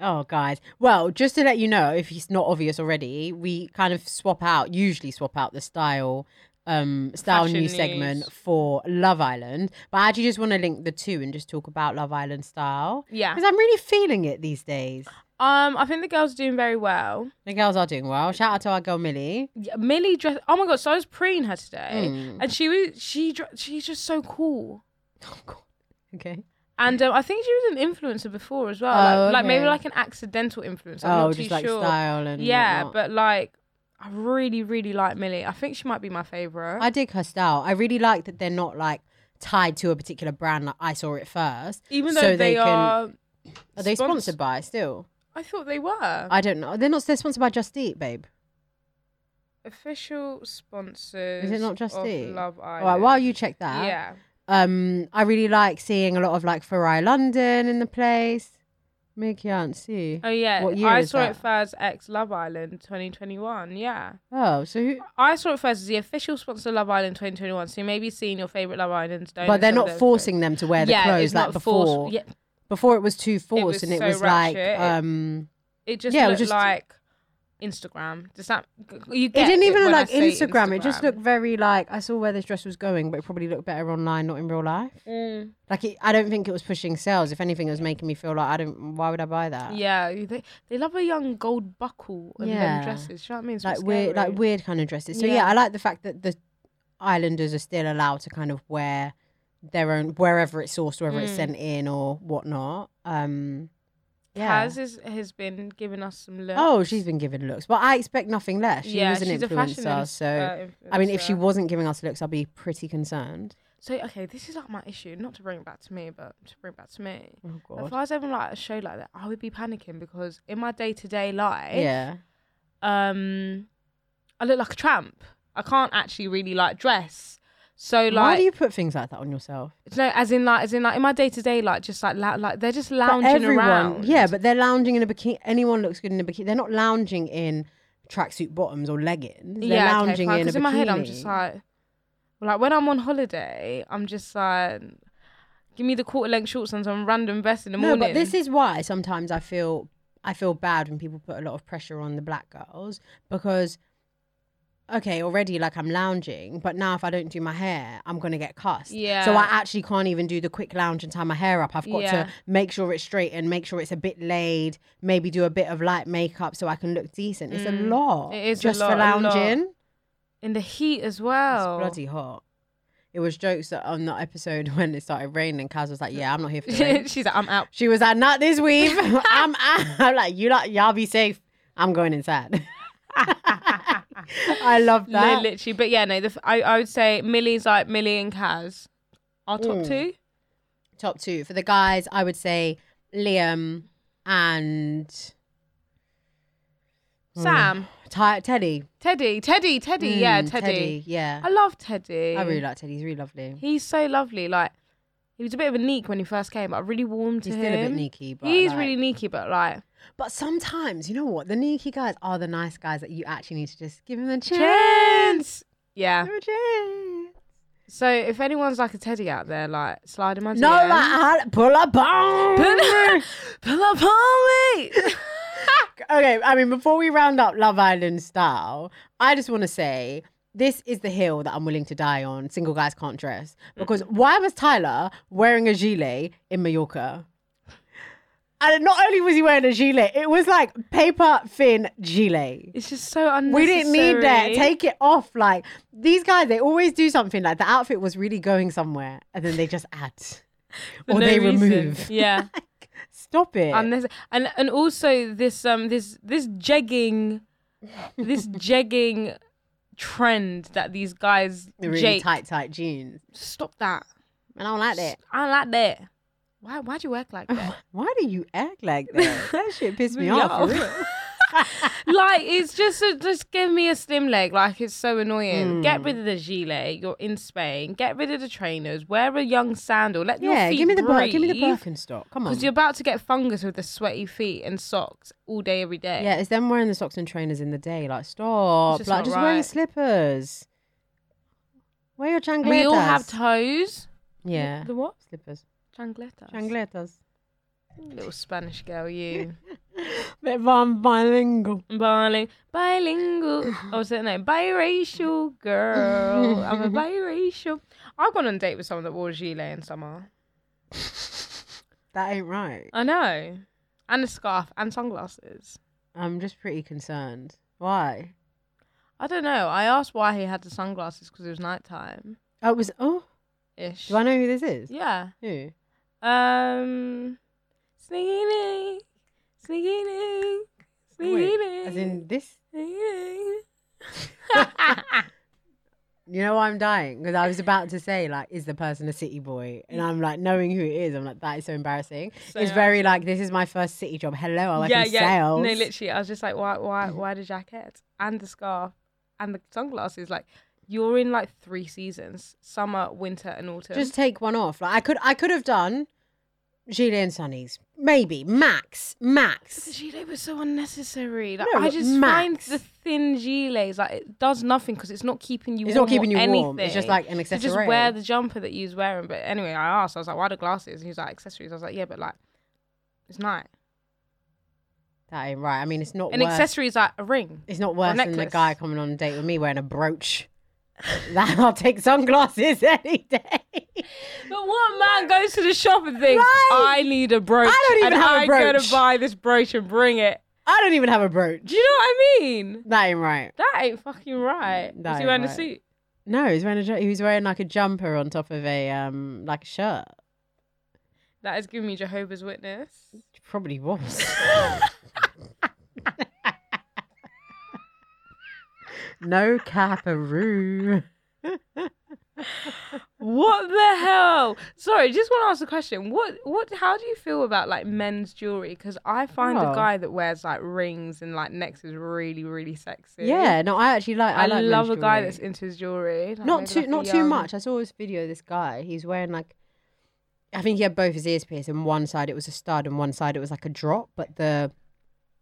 B: Oh, guys. Well, just to let you know, if it's not obvious already, we kind of swap out, usually swap out the style, um, style
A: Fashion
B: news segment
A: news.
B: for Love Island. But I actually just want to link the two and just talk about Love Island style
A: Yeah.
B: because I'm really feeling it these days.
A: Um. I think the girls are doing very well.
B: The girls are doing well. Shout out to our girl Millie.
A: Yeah, Millie dressed. Oh my god! So I was preening her today,
B: Mm.
A: and she was she dre- she's just so cool.
B: Oh, God. *laughs* Okay.
A: And um, I think she was an influencer before as well,
B: Oh,
A: like, like maybe
B: okay.
A: like an accidental influencer. I'm
B: oh,
A: not
B: just
A: too
B: like
A: sure.
B: style and
A: Yeah,
B: whatnot.
A: but like, I really, really like Millie. I think she might be my favorite.
B: I dig her style. I really like that they're not like tied to a particular brand. Like I saw it first.
A: Even though
B: so
A: they, are,
B: Are they
A: spons-
B: sponsored by still?
A: I thought they were
B: I don't know. They're not. They're sponsored by Just Eat, babe.
A: official sponsors.
B: Is it not Just
A: of
B: Eat?
A: Love Island.
B: All right. While you check that,
A: yeah,
B: Um, I really like seeing a lot of like Farai London in the place. Me can't see.
A: oh yeah,
B: What year
A: I
B: is
A: saw it
B: that?
A: first ex Love Island 2021. Yeah,
B: Oh, so who?
A: I saw it first as the official sponsor of Love Island 2021. So you may be seeing your favorite Love Islands. Don't
B: But they're not forcing them to wear the
A: yeah,
B: clothes
A: it's
B: like
A: not
B: before.
A: Forced. Yeah,
B: Before it was too forced,
A: was
B: and it
A: so
B: was like
A: ratchet.
B: um,
A: it just
B: Yeah, it was
A: looked
B: just-
A: like Instagram. Does that you
B: it
A: get
B: didn't even
A: when
B: look
A: I
B: like
A: say
B: Instagram. It just looked very like I saw where this dress was going, but it probably looked better online, not in real life.
A: Mm.
B: Like it, I don't think it was pushing sales. If anything, it was making me feel like I don't. Why would I buy that?
A: Yeah, you- they they love a young gold buckle and
B: Yeah.
A: them dresses. Do you know what I mean? It's
B: like
A: so
B: weird, like
A: scary.
B: weird kind of dresses. So yeah.
A: Yeah.
B: I like the fact that the islanders are still allowed to kind of wear their own wherever it's sourced, wherever it's
A: Mm.
B: sent in or whatnot. Um, yeah.
A: Kaz is, has been giving us some looks.
B: Oh, she's been giving looks, but I expect nothing less. She was an influencer,
A: ins-
B: so
A: uh,
B: I mean, if she
A: influencer.
B: wasn't giving us looks, I'd be pretty concerned.
A: so okay, this is like my issue. Not to bring it back to me, but to bring it back to me.
B: Oh
A: If I was having like a show like that, I would be panicking because in my day to day life,
B: Yeah,
A: um, I look like a tramp. I can't actually really like dress. So like,
B: why do you put things like that on yourself?
A: no, as in like, as in like in my day to day, like just like lou- like they're just
B: But
A: lounging around.
B: yeah, but they're lounging in a bikini. Anyone looks good in a bikini. They're not lounging in tracksuit bottoms or leggings. They're
A: yeah, okay,
B: lounging
A: fine,
B: in a
A: 'cause
B: bikini.
A: in my head, I'm just like, like when I'm on holiday, I'm just like, give me the quarter length shorts and some random vest in the morning.
B: No, but this is why sometimes I feel I feel bad when people put a lot of pressure on the black girls because okay, already like I'm lounging, but now if I don't do my hair, I'm gonna get cussed. So I
A: Yeah.
B: actually can't even do the quick lounge and tie my hair up. I've got
A: Yeah.
B: to make sure it's straight and make sure it's a bit laid, maybe do a bit of light makeup so I can look decent. It's a
A: Mm.
B: lot.
A: It is a
B: just
A: lot,
B: for
A: a lot. Oh.
B: lounging.
A: in the heat as
B: It's
A: well. *laughs*
B: bloody *laughs* hot. It was jokes that on that episode *laughs* when it started raining,
A: *laughs*
B: Kaz was like, "Yeah, I'm not here for the rain."
A: She's like, I'm out.
B: She was like, not this
A: *laughs*
B: weave. *laughs* I'm out. I'm like, you lot, y'all be safe. I'm going inside. *laughs* I love
A: Li-
B: that.
A: Literally, but yeah, no. The, f- I I would say Millie's like Millie and Kaz, our top
B: Mm.
A: two.
B: Top two. For the guys, I would say Liam and
A: Sam,
B: Ty- Teddy.
A: Teddy, Teddy, Teddy, yeah,
B: Mm,
A: Teddy.
B: Yeah.
A: I love Teddy.
B: I really like Teddy. He's really lovely.
A: He's so lovely. Like he was a bit of a neek when he first came, but I really warmed
B: He's
A: to
B: still a bit
A: him.
B: neaky, but
A: He's
B: like-
A: really neeky, but like
B: But sometimes, you know what? The neaky guys are the nice guys that you actually need to just give them a chance.
A: chance.
B: Give
A: Yeah.
B: 'em a chance.
A: So if anyone's like a Teddy out there, like slide him my
B: No,
A: DM.
B: like I- pull up
A: pull,
B: on.
A: *laughs* pull up on me.
B: okay, I mean, before we round up Love Island style, I just want to say this is the hill that I'm willing to die on. Single guys can't dress
A: Mm.
B: because why was Tyler wearing a gilet in Mallorca? And not only was he wearing a gilet, it was like paper thin gilet.
A: It's just so unnecessary.
B: *laughs* We didn't need that. Take it off. Like these guys, they always do something. Like the outfit was really going somewhere, and then they just add
A: For
B: or
A: no
B: they
A: reason.
B: *laughs* remove.
A: Yeah.
B: Stop it.
A: Unnecessary. And and also this um this this jegging this
B: *laughs*
A: jegging trend that these guys
B: The really
A: jake.
B: tight, tight jeans.
A: Stop that.
B: And I don't like that.
A: I don't like that. Why why'd you work like that?
B: Why do you
A: *laughs*
B: act like that? That shit pissed me
A: Really
B: off. for *laughs*
A: off.
B: real. *laughs*
A: like it's just a, just give me a slim leg. Like it's so
B: Hmm.
A: annoying. Get rid of the gilet. You're in Spain. Get rid of the trainers. Wear a young sandal. Let
B: Yeah,
A: your feet
B: give me the bir-
A: breathe.
B: give me the Birkenstock. Come on.
A: Because you're about to get fungus with the sweaty feet and socks all day every day.
B: Yeah, it's them wearing the socks and trainers in the day. Like stop.
A: just
B: like
A: not
B: just wearing
A: right.
B: slippers. Wear your changletas.
A: We all have toes.
B: yeah.
A: The what?
B: Slippers.
A: Changletas.
B: Changletas.
A: Little Spanish girl, you.
B: Bit of um, bilingual.
A: Bilingual.
B: *sighs*
A: Bilingual. Oh, what's that name? Biracial girl. I'm a biracial. I've gone on a date with someone that wore a gilet in summer.
B: That ain't right.
A: I know. And a scarf and sunglasses.
B: I'm just pretty concerned. Why?
A: I don't know. I asked why he had the sunglasses because it was nighttime
B: Oh, it was. Oh,
A: ish.
B: do I know who this is?
A: Yeah.
B: Who?
A: Um. Sneaky link. Sneaky link. Sneaky
B: Oh, Wait,
A: link.
B: as in this
A: Sneaky link.
B: You know why I'm dying? Because I was about to say, like, is the person a city boy? And I'm like, knowing who it is, I'm like, that is so embarrassing.
A: So
B: *laughs* it's
A: I-
B: very like, this is my first city job. Hello, I work
A: yeah,
B: in
A: yeah.
B: sales.
A: No, literally, I was just like, why, why, why the jacket and the scarf and the sunglasses? Like, you're in like three seasons: summer, winter, and autumn.
B: Just take one off. Like, I could, I could have done Gilet and Sonny's, maybe max,
A: the
B: max.
A: gilet was so unnecessary. Like,
B: No,
A: I just
B: Max.
A: find the thin gilets like it does nothing because it's not keeping you.
B: It's
A: warm
B: not keeping
A: or
B: you
A: anything.
B: warm. It's just like an
A: So
B: accessory.
A: just wear the jumper that you was wearing. But anyway, I asked. I was like, why the glasses? And he was like, accessories. I was like, yeah, but like, it's night.
B: that ain't right. I mean, it's not.
A: An
B: worth,
A: accessory is like a
B: *laughs*
A: ring.
B: It's not worse than the
A: necklace.
B: guy coming on a date with me wearing a brooch. that I'll take sunglasses *laughs* any day.
A: But what man goes to the shop and thinks,
B: Right.
A: I need a brooch.
B: I don't even
A: and
B: have a
A: I'm gonna
B: brooch."
A: buy this brooch and bring it.
B: I don't even have a brooch.
A: Do you know what I mean?
B: That ain't right.
A: That ain't fucking right.
B: That
A: Was he
B: ain't
A: wearing a
B: right.
A: suit?
B: No, he was wearing a ju- he was wearing like a jumper on top of a um like a shirt.
A: That is giving me Jehovah's Witness. *laughs*
B: Probably was. no caparoo.
A: What the hell? Sorry, just want to ask a question. What, what, how do you feel about like men's jewelry? Because I find
B: Oh.
A: a guy that wears like rings and like necklaces really, really sexy.
B: Yeah, no, I actually like. I,
A: I,
B: like men's
A: love a guy
B: jewelry.
A: that's into his jewelry. like,
B: not
A: maybe,
B: too
A: like, um, a
B: not too
A: young-
B: much. I saw this video. of This guy, he's wearing like, I think he had both his ears pierced, and one side it was a stud, and one side it was like a drop, but the.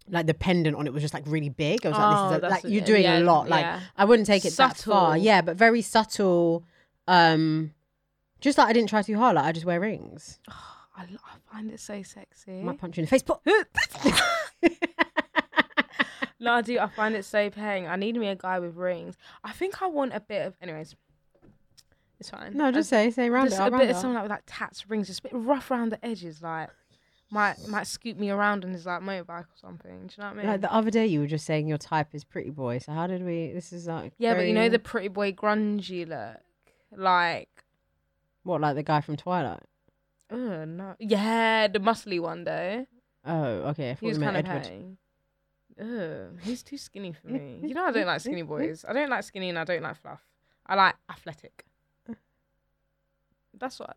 B: Like the pendant on it was just like really big. I was
A: Oh,
B: like, this is a,
A: that's
B: like
A: a-
B: you're doing
A: yeah,
B: a lot. Like
A: yeah.
B: I wouldn't take it that far.
A: Subtle.
B: Yeah, but very subtle. Um, just like I didn't try too hard. Like I just wear rings.
A: I, lo- I find it so sexy.
B: Might punch you in the face. But
A: No, I do. I find it so paying. I need me a guy with rings. I think I want a bit of. Anyways, it's fine.
B: *laughs* no, just
A: a,
B: say say round
A: just
B: it.
A: a
B: I'll
A: bit
B: round
A: of
B: it up.
A: something like with like tats, rings, just a bit rough around the edges, like might might scoop me around on his like motorbike or something. Do you know what I mean?
B: Like the other day, you were just saying your type is pretty boy. So how did we? This is like
A: yeah, but you know
B: very-
A: the pretty boy grungy look, like
B: what like the guy from Twilight.
A: oh no, yeah, the muscly one though.
B: Oh, okay. I thought
A: He was
B: you
A: kind
B: meant
A: of
B: Edward.
A: paying. Ugh, he's too skinny for me. You know I don't like skinny boys. I don't like skinny and I don't like fluff. I like athletic. That's what.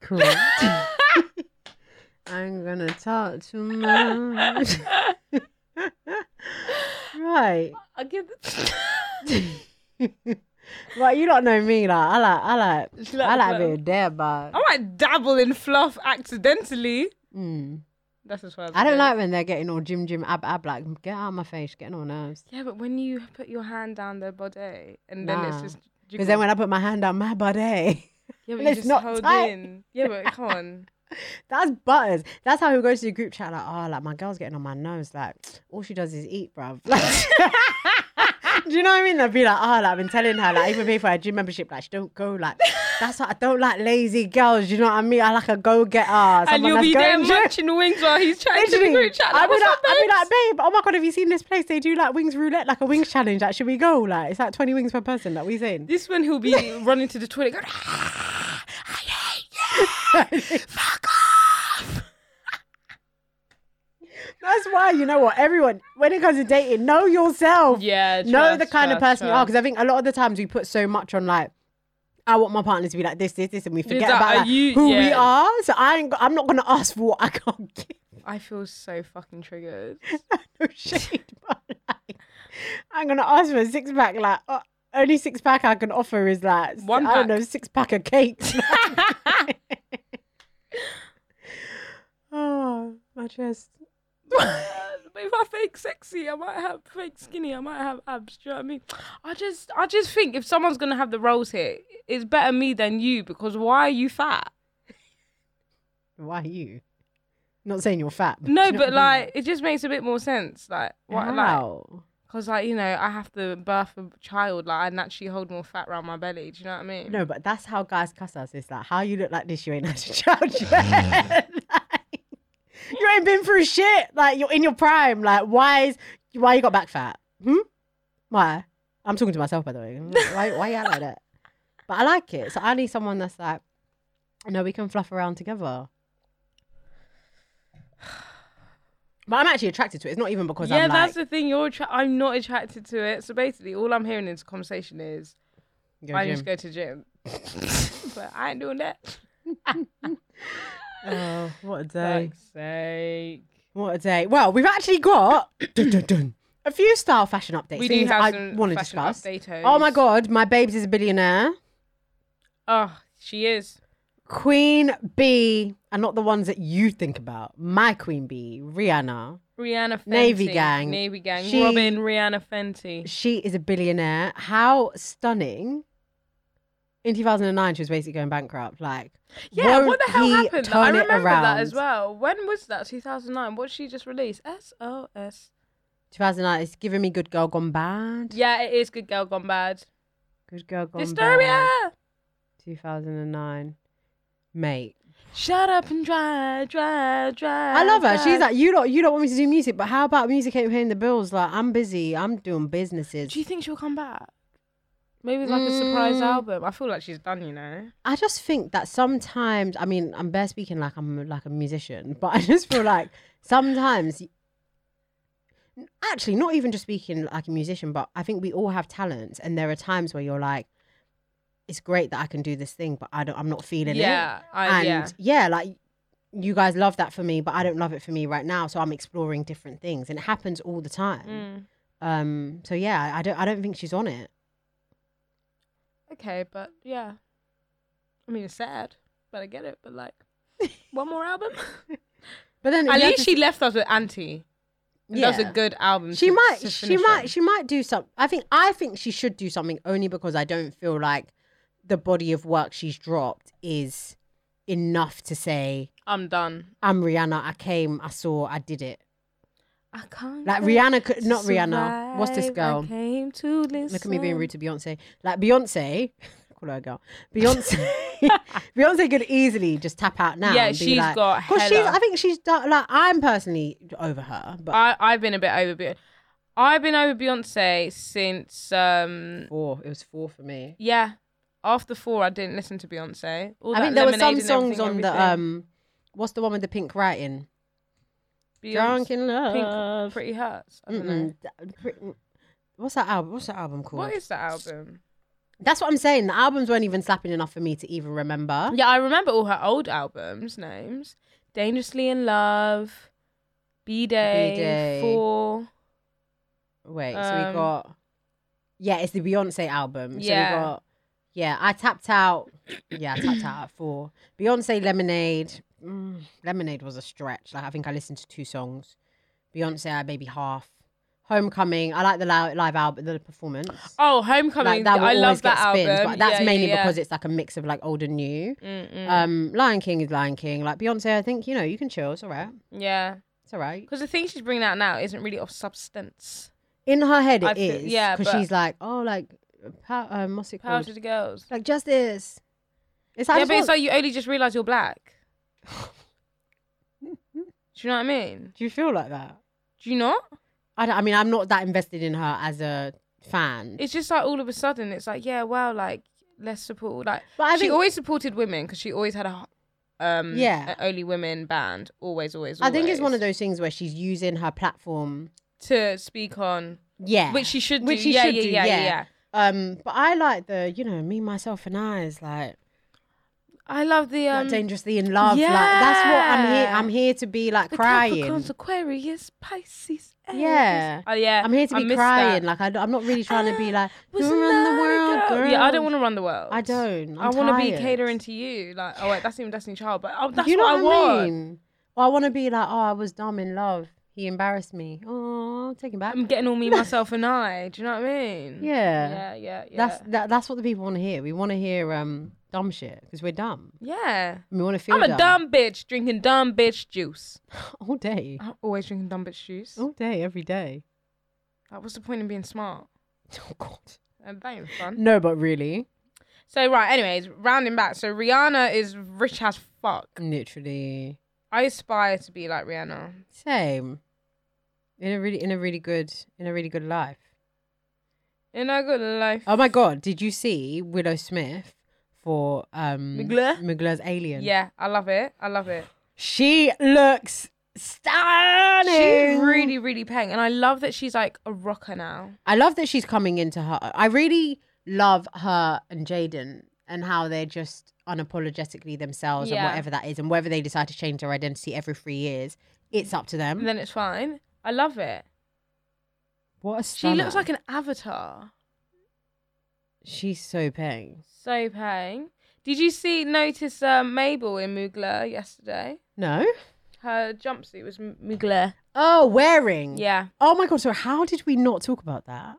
B: Correct.
A: *laughs*
B: I'm gonna talk too much. *laughs* right.
A: *laughs* I give.
B: Right, you don't know me, like I like I like
A: She like the Oh.
B: I like a
A: flow.
B: bit of dad vibe.
A: *laughs* I might dabble in fluff accidentally.
B: Mm.
A: That's as far as
B: I don't
A: go.
B: like when they're getting all Jim Jim ab ab like get out of my face, getting all nerves.
A: Yeah, but when you put your hand down their body and then it's
B: Nah.
A: just.
B: Because then when I put my hand on my body,
A: yeah, but
B: it's
A: you just
B: not
A: hold
B: tight.
A: in. Yeah,
B: *laughs*
A: but come on.
B: that's butters. That's how he goes to the group chat like, oh, like my girl's getting on my nerves. Like all she does is eat, bruv. *laughs* Like, do you know what I mean? They'd be like, oh, like, I've been telling her like even pay for her gym membership, like she don't go. Like that's what I don't like lazy girls. You know what I mean? I like a go getter.
A: and you'll be there
B: *laughs*
A: munching wings while he's chatting to the
B: Literally,
A: group chat.
B: I'll
A: Like,
B: be
A: what's
B: like,
A: up,
B: I'll be
A: babes?
B: like, babe, oh my god, have you seen this place? They do like wings roulette, like a wings challenge. Like, should we go? Like, it's like twenty wings per person. Like, we saying?
A: This one he'll be
B: *laughs*
A: running to the toilet going, "Ah, I hate you. Fuck off.
B: That's why you know what everyone when it comes to dating, know yourself.
A: Yeah,
B: know the kind of person you are because I think a lot of the times we put so much on like. I want my partner to be like this, this, this, and we forget
A: that-
B: about
A: are
B: like,
A: you-
B: who we
A: yeah.
B: are. So I ain't, go- I'm not gonna ask for what I can't give.
A: I feel so fucking *laughs*
B: *laughs*
A: triggered.
B: No shade, but like, I'm gonna ask for a six pack. Like uh, only six pack I can offer is like
A: One
B: I don't
A: pack.
B: know six pack of
A: *laughs*
B: cakes. *laughs* oh my chest.
A: if I fake sexy, I might have fake skinny, I might have abs. Do you know what I mean? I just, I just think if someone's gonna have the roles here, it's better me than you because why are you
B: *laughs*
A: fat?
B: Why you? Not saying you're fat.
A: No,
B: you know
A: but
B: what I
A: like it just makes a bit more sense. Like what,
B: mean?
A: like
B: Wow.
A: because like you know I have to birth a child. Like I naturally hold more fat around my belly. Do you know what I mean?
B: No, but that's how guys cuss us. It's like, how you look like this, you ain't had a child yet. Like, you ain't been through shit. Like, you're in your prime. Like, why is, why you got back fat? Hmm? Why? I'm talking to myself, by the way. Hmm? Why, why you act like that? But I like it. So I need someone that's like, no, we can fluff around together. *sighs* But I'm actually attracted to it. It's not even because
A: yeah,
B: I'm like,
A: that's the thing. You're attra- I'm not attracted to it. So basically, all I'm hearing in this conversation is
B: Go
A: I
B: gym.
A: just go to
B: *laughs*
A: gym, but I ain't doing that.
B: oh, what a day.
A: Fuck's sake.
B: What a day. Well, we've
A: *coughs*
B: actually got dun, dun, dun, a few style fashion updates.
A: We do
B: things
A: have
B: I
A: some
B: want to
A: fashion
B: discuss.
A: updatos.
B: Oh my God, my babes is a billionaire.
A: Oh, she is.
B: Queen Bee, and not the ones that you think about. My Queen Bee, Rihanna.
A: Rihanna Fenty.
B: Navy gang.
A: Navy gang.
B: She-
A: Robin Rihanna Fenty.
B: She is a billionaire. How stunning. In 2009, she was basically going bankrupt. Like,
A: Yeah,
B: won't
A: what the hell
B: he
A: happened? I
B: turn it
A: remember that as
B: around?
A: well. When was that? 2009. What she just released? SOS.
B: 2009, it's giving me good girl gone bad.
A: Yeah, it is Good Girl Gone Bad.
B: Good girl gone
A: Disturbia.
B: bad. 2009. Mate.
A: Shut up and drive, drive, drive.
B: I love her. She's
A: drive.
B: like, you don't, you don't want me to do music, but how about music ain't paying the bills? Like, I'm busy. I'm doing businesses.
A: Do you think she'll come back? Maybe with, like a surprise
B: Mm.
A: album. I feel like she's done, you know.
B: I just think that sometimes, I mean, I'm bare speaking like I'm like a musician, but I just feel like sometimes, actually, not even just speaking like a musician, but I think we all have talents, and there are times where you're like, it's great that I can do this thing, but I don't, I'm not feeling it.
A: yeah, I,
B: and
A: yeah.
B: like you guys love that for me, but I don't love it for me right now. So I'm exploring different things, and it happens all the time.
A: Mm.
B: Um. So yeah, I don't. I don't think she's on it.
A: Okay, but yeah. I mean, it's sad, but I get it. But
B: *laughs*
A: like, one more album.
B: But then
A: At
B: you have
A: least
B: to-
A: she left us with Auntie. And That's a
B: yeah.
A: good album.
B: She
A: to-
B: might.
A: to
B: She
A: finish
B: might.
A: on.
B: She might do some. I think. I think she should do something only because I don't feel like the body of work she's dropped is enough to say
A: I'm done.
B: I'm Rihanna. I came. I saw. I did it.
A: I can't.
B: Like
A: get
B: Rihanna could
A: to
B: not Rihanna. What's this
A: survive. I
B: girl?
A: came to
B: Look at me
A: listen.
B: being rude to Beyonce. *laughs* Like Beyonce call her a girl. Beyonce, *laughs* Beyonce could easily just tap out now.
A: Yeah,
B: and be
A: she's
B: like,
A: got
B: Cause she's,
A: hella-
B: I think she's done, like I'm personally over her, but
A: I I've been a bit over Beyonce. I've been over Beyonce since um
B: four. It was four for me.
A: yeah. After four, I didn't listen to Beyonce. All
B: I
A: that
B: think there were some
A: Lemonade and
B: songs
A: everything,
B: on the
A: everything.
B: um, what's the one with the pink writing?
A: Beyonce,
B: Drunk in
A: Pink
B: love.
A: Pretty Hurts. I don't know.
B: Mm-mm. That- pretty- What's that album? What's that album called?
A: What is that album?
B: That's what I'm saying. The albums weren't even slapping enough for me to even remember.
A: Yeah, I remember all her old albums names: Dangerously in Love, B Day,
B: B-Day.
A: Four.
B: Wait, so we
A: Um,
B: got yeah, it's the Beyonce album. So
A: Yeah.
B: we got yeah, I tapped out. Yeah, I tapped out at four. Beyonce Lemonade. Mm, Lemonade was a stretch. Like I think I listened to two songs. Beyonce, I maybe half. Homecoming. I like the live, live album, the performance.
A: Oh, Homecoming!
B: like that will
A: I
B: always
A: love
B: get
A: that
B: spins,
A: album.
B: but that's
A: Yeah,
B: mainly
A: yeah, Mm. yeah.
B: because it's like a mix of like old and new.
A: Mm-mm.
B: Um, Lion King is Lion King. Like Beyonce, I think you know you can chill. It's alright.
A: yeah,
B: It's alright.
A: because the thing she's bringing out now isn't really of substance.
B: In her head,
A: I
B: it
A: feel-
B: is.
A: yeah,
B: because
A: but-
B: she's like, oh, like, pow- um, what's it
A: Power
B: called?
A: to the girls.
B: Like justice. It's
A: yeah,
B: like, I just
A: but it's
B: want-
A: like you only just realize you're black. *laughs* Do you know what I mean?
B: do you feel like that?
A: Do you not?
B: I, don't- I mean, I'm not that invested in her as a fan.
A: It's just like all of a sudden, it's like yeah, well, like let's support. Like
B: but I
A: she
B: think
A: always supported women because she always had a um
B: Yeah.
A: an only women band. Always, always.
B: I think it's one of
A: always.
B: those things where she's using her platform.
A: to speak on,
B: Yeah,
A: which she should.
B: Which
A: do.
B: she
A: yeah,
B: should
A: yeah,
B: do,
A: yeah,
B: yeah.
A: yeah, yeah.
B: um, but I like the you know me myself and I is like,
A: I love the
B: like
A: um.
B: dangerously in love. Like that's what I'm here.
A: yeah.
B: I'm here to be like
A: the
B: crying.
A: Capricorns, Aquarius, Pisces. Aries.
B: Yeah.
A: Oh yeah.
B: I'm here to
A: I
B: be
A: miss
B: crying.
A: that.
B: Like I, am not really trying to be like
A: Was
B: you run the world,
A: not a
B: girl.
A: Yeah, I don't want to run the world.
B: I don't.
A: i
B: I'm
A: want to be
B: tired.
A: catering to you. Like, oh wait, that's even Destiny Child, but oh, that's
B: you know
A: what, I want.
B: mean? Or I want to be like, oh, I was dumb in love. He embarrassed me. Oh, take him back.
A: I'm getting all
B: *laughs*
A: me, myself, and I. Do you know what I mean? Yeah,
B: Yeah.
A: yeah, yeah.
B: That's that, that's what the people want to hear. We want to hear um dumb shit because we're dumb.
A: yeah.
B: And we want to feel
A: I'm a dumb bitch drinking dumb bitch juice.
B: *laughs*
A: *laughs*
B: all day,
A: I'm always drinking dumb bitch juice.
B: all day, every day. *laughs*
A: Like, what's the point in being smart?
B: Oh God.
A: Uh, That ain't fun.
B: No, but really,
A: So right, anyways, rounding back. So Rihanna is rich as fuck.
B: literally,
A: I aspire to be like Rihanna.
B: same. In a really, in a really good, in a really good life.
A: In a good life.
B: Oh my God! Did you see Willow Smith for um
A: Mugler?
B: Mugler's Alien?
A: Yeah, I love it. I love it.
B: She looks stunning.
A: She's really, really paying, and I love that she's like a rocker now.
B: I love that she's coming into her. I really love her and Jaden and how they're just unapologetically themselves and
A: Yeah.
B: whatever that is, and whether they decide to change their identity every three years, it's up to them.
A: And then it's fine. I love it.
B: what a
A: She
B: stunner.
A: looks like an avatar.
B: she's so paying.
A: So paying. Did you see notice um, Mabel in Mugler yesterday?
B: No.
A: Her jumpsuit was M- Mugler.
B: Oh, wearing.
A: Yeah.
B: Oh my god. So how did we not talk about that?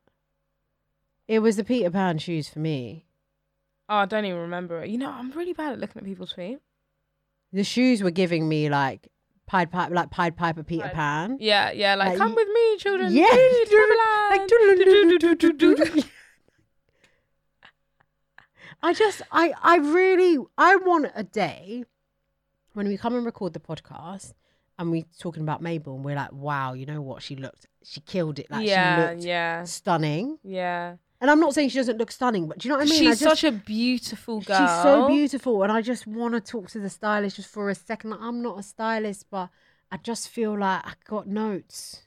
B: It was the Peter Pan shoes for me.
A: Oh, I don't even remember it. You know, I'm really bad at looking at people's feet.
B: The shoes were giving me like Pied Piper, like Pied Piper Peter
A: Pied-
B: Pan.
A: Yeah, yeah. Like,
B: Like,
A: come
B: you-
A: with me, children.
B: Yeah. *laughs*
A: Please,
B: like
A: Neverland.
B: do-do-do-do-do-do-do. I just I I really I want a day when we come and record the podcast and we talking about Mabel and we're like, wow, you know what? She looked she killed it. Like
A: yeah,
B: she looked
A: yeah,
B: stunning.
A: yeah.
B: And I'm not saying she doesn't look stunning, but do you know what I mean? I
A: she's
B: just-
A: such a beautiful girl.
B: She's so beautiful, and I just want to talk to the stylist just for a second. Like, I'm not a stylist, but I just feel like I got notes.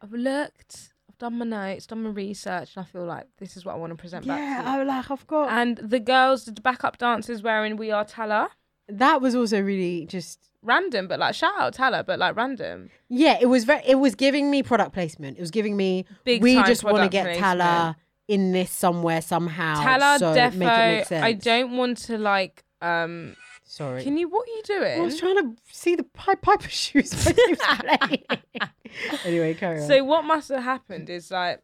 A: I've looked, I've done my notes, done my research, and I feel like this is what I want to present
B: Yeah,
A: back to Uh, you.
B: I like I've
A: *laughs*
B: got.
A: and the girls, the backup dancers wearing We Are Tala.
B: that was also really just
A: Random, but like shout out Tala, but like random.
B: yeah. It was very. It was giving me product placement. It was giving me.
A: Big
B: we
A: time
B: just want to
A: product
B: get Tala in this somewhere somehow.
A: Tala,
B: so
A: Defo,
B: make it make sense.
A: I don't want to like, um,
B: Sorry.
A: can you, what are you
B: I was
A: doing?
B: trying to see the Pied Piper *laughs* shoes. when he
A: *laughs*
B: was playing. anyway, carry on.
A: So what must have happened is like,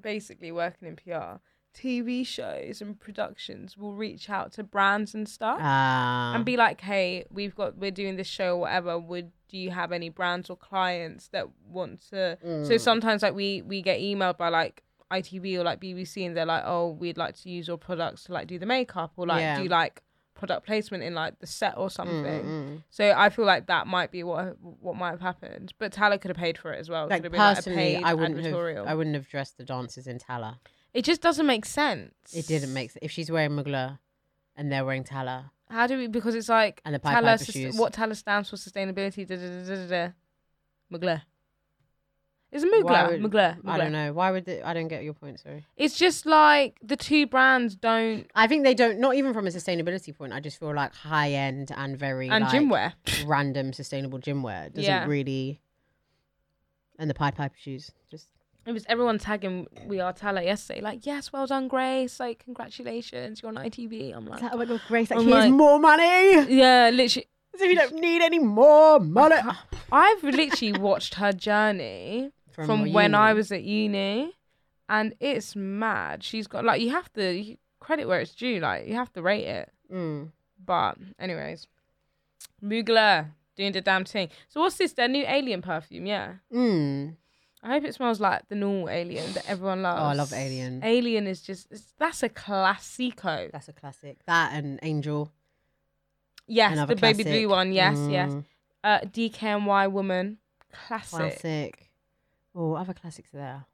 A: basically working in PR, TV shows and productions will reach out to brands and stuff.
B: Ah.
A: and be like, hey, we've got we're doing this show or whatever. Would do you
B: Mm.
A: have any brands or clients that want to? So sometimes like we we get emailed by like ITV or like BBC and they're like, oh, we'd like to use your products to like do the makeup or like
B: Yeah. Mm,
A: do like product placement in like the set or something. So I feel like that might be what what might have happened. But Tala could have paid for it as well. It could have
B: Like
A: been, like, a
B: personally,
A: paid
B: I wouldn't have.
A: advertorial.
B: I wouldn't have dressed the dancers in Tala.
A: It just doesn't make sense.
B: It didn't make sense. If she's wearing Mugler and they're wearing Tala,
A: How do we? Because it's like
B: And the Pied
A: Tala
B: Piper
A: sus-
B: shoes.
A: What Tala stands for? Sustainability. Da, da, da, da, da, da. Mugler. It's Mugler.
B: would-
A: Mugler.
B: I
A: Mugler.
B: don't know. Why would they, I don't get your point? Sorry.
A: It's just like the two brands don't
B: I think they don't. Not even from a sustainability point. I just feel like high end and very
A: and
B: like,
A: gym wear.
B: random sustainable gym wear It doesn't
A: Yeah.
B: really. And the Pied Piper shoes, just
A: It was everyone tagging we are Tala yesterday. Like yes, well done, Grace. Like congratulations, you're on ITV. I'm like.
B: oh my god, Grace,
A: like, I'm "Here's like-
B: more money. *laughs*
A: yeah, literally.
B: So you don't need any
A: *laughs*
B: more money.
A: I've literally watched her journey from, when I was at uni, and it's mad. She's got like you have to you- credit where it's due. Like you have to rate it.
B: Mm.
A: But anyways, Mugler doing the damn thing. So what's this? Their new alien perfume, yeah.
B: Mm.
A: I hope it smells like the normal alien that everyone loves.
B: Oh, I love Alien.
A: Alien is just it's, that's a classico.
B: That's a classic. That and Angel.
A: Yes,
B: another
A: the baby
B: classic.
A: blue one. Yes, yes.
B: Mm,
A: Uh, DKNY woman, classic.
B: Classic. Oh, other classics are there.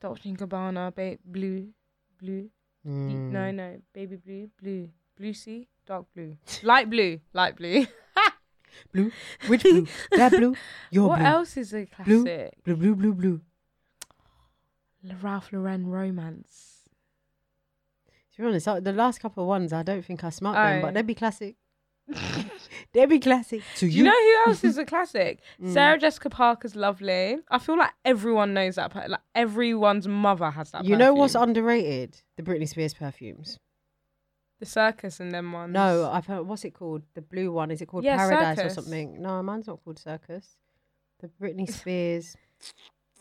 A: Dolce and Gabbana, ba- blue, blue. D-
B: Mm.
A: No, no, baby blue, blue, blue sea, dark blue, light blue, light blue.
B: Blue.
A: *laughs*
B: Which blue? that blue. *laughs* Your
A: what
B: blue.
A: else is a classic?
B: Blue. Blue, blue, blue, blue.
A: Ralph Lauren romance.
B: To be honest, uh, the last couple of ones, I don't think I smelt them,
A: Oh.
B: but they'd
A: *laughs*
B: be classic. *laughs* they'd be classic.
A: Do
B: To
A: you know who else is a
B: *laughs*
A: classic?
B: Hmm.
A: Sarah Jessica Parker's Lovely. I feel like everyone knows that. per- Like everyone's mother has that.
B: You know what's
A: perfume.
B: underrated? The Britney Spears perfumes.
A: the circus and them ones?
B: No, I've heard. What's it called? The blue one. Is it called
A: Um, Yeah,
B: Paradise
A: Circus.
B: or something? No, mine's not called Circus. The
A: *laughs*
B: Britney Spears.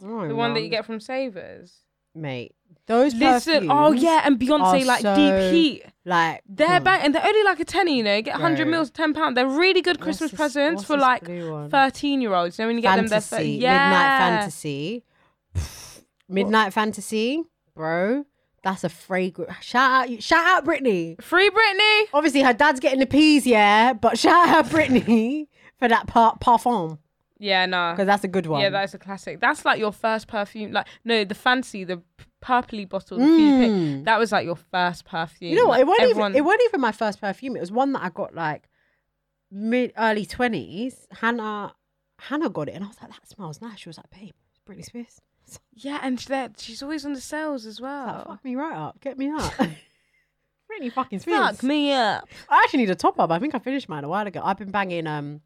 B: the
A: the one that you get from Savers.
B: mate. Those
A: Listen,
B: perfumes.
A: oh yeah, and Beyonce
B: are
A: like
B: so-
A: deep heat.
B: like
A: They're
B: mm,
A: bang, and they're only like a tenner, you know. You get hundred
B: Right.
A: mils, ten pound. They're really good
B: what's
A: Christmas
B: this-
A: presents
B: what's
A: for
B: this
A: like
B: blue one?
A: thirteen-year-olds. You know when you get them,
B: fantasy,
A: they're thir-
B: midnight
A: yeah.
B: fantasy, midnight fantasy, bro. That's a fragrant. Shout out, shout out, Britney.
A: Free Britney.
B: Obviously, her dad's getting the peas, yeah, but shout out Britney for that par- parfum
A: Yeah, nah.
B: because that's a good one.
A: Yeah, that's a classic. That's like your first perfume. Like no, the fancy, the p- purpley bottle. The
B: Mm.
A: fusion pink, that was like your first perfume.
B: You know what?
A: Like,
B: It wasn't
A: everyone-
B: even it wasn't even my first perfume. It was one that I got like mid early twenties. Hannah Hannah got it, and I was like, that smells nice. She was like, babe, it's Britney Spears.
A: yeah, and she- that she's always on the sales as
B: I was like,
A: well.
B: fuck me right up, get
A: *laughs*
B: me up. Britney fucking Spears.
A: Fuck me up.
B: I actually need a top up. I think I finished mine a while ago. I've been banging um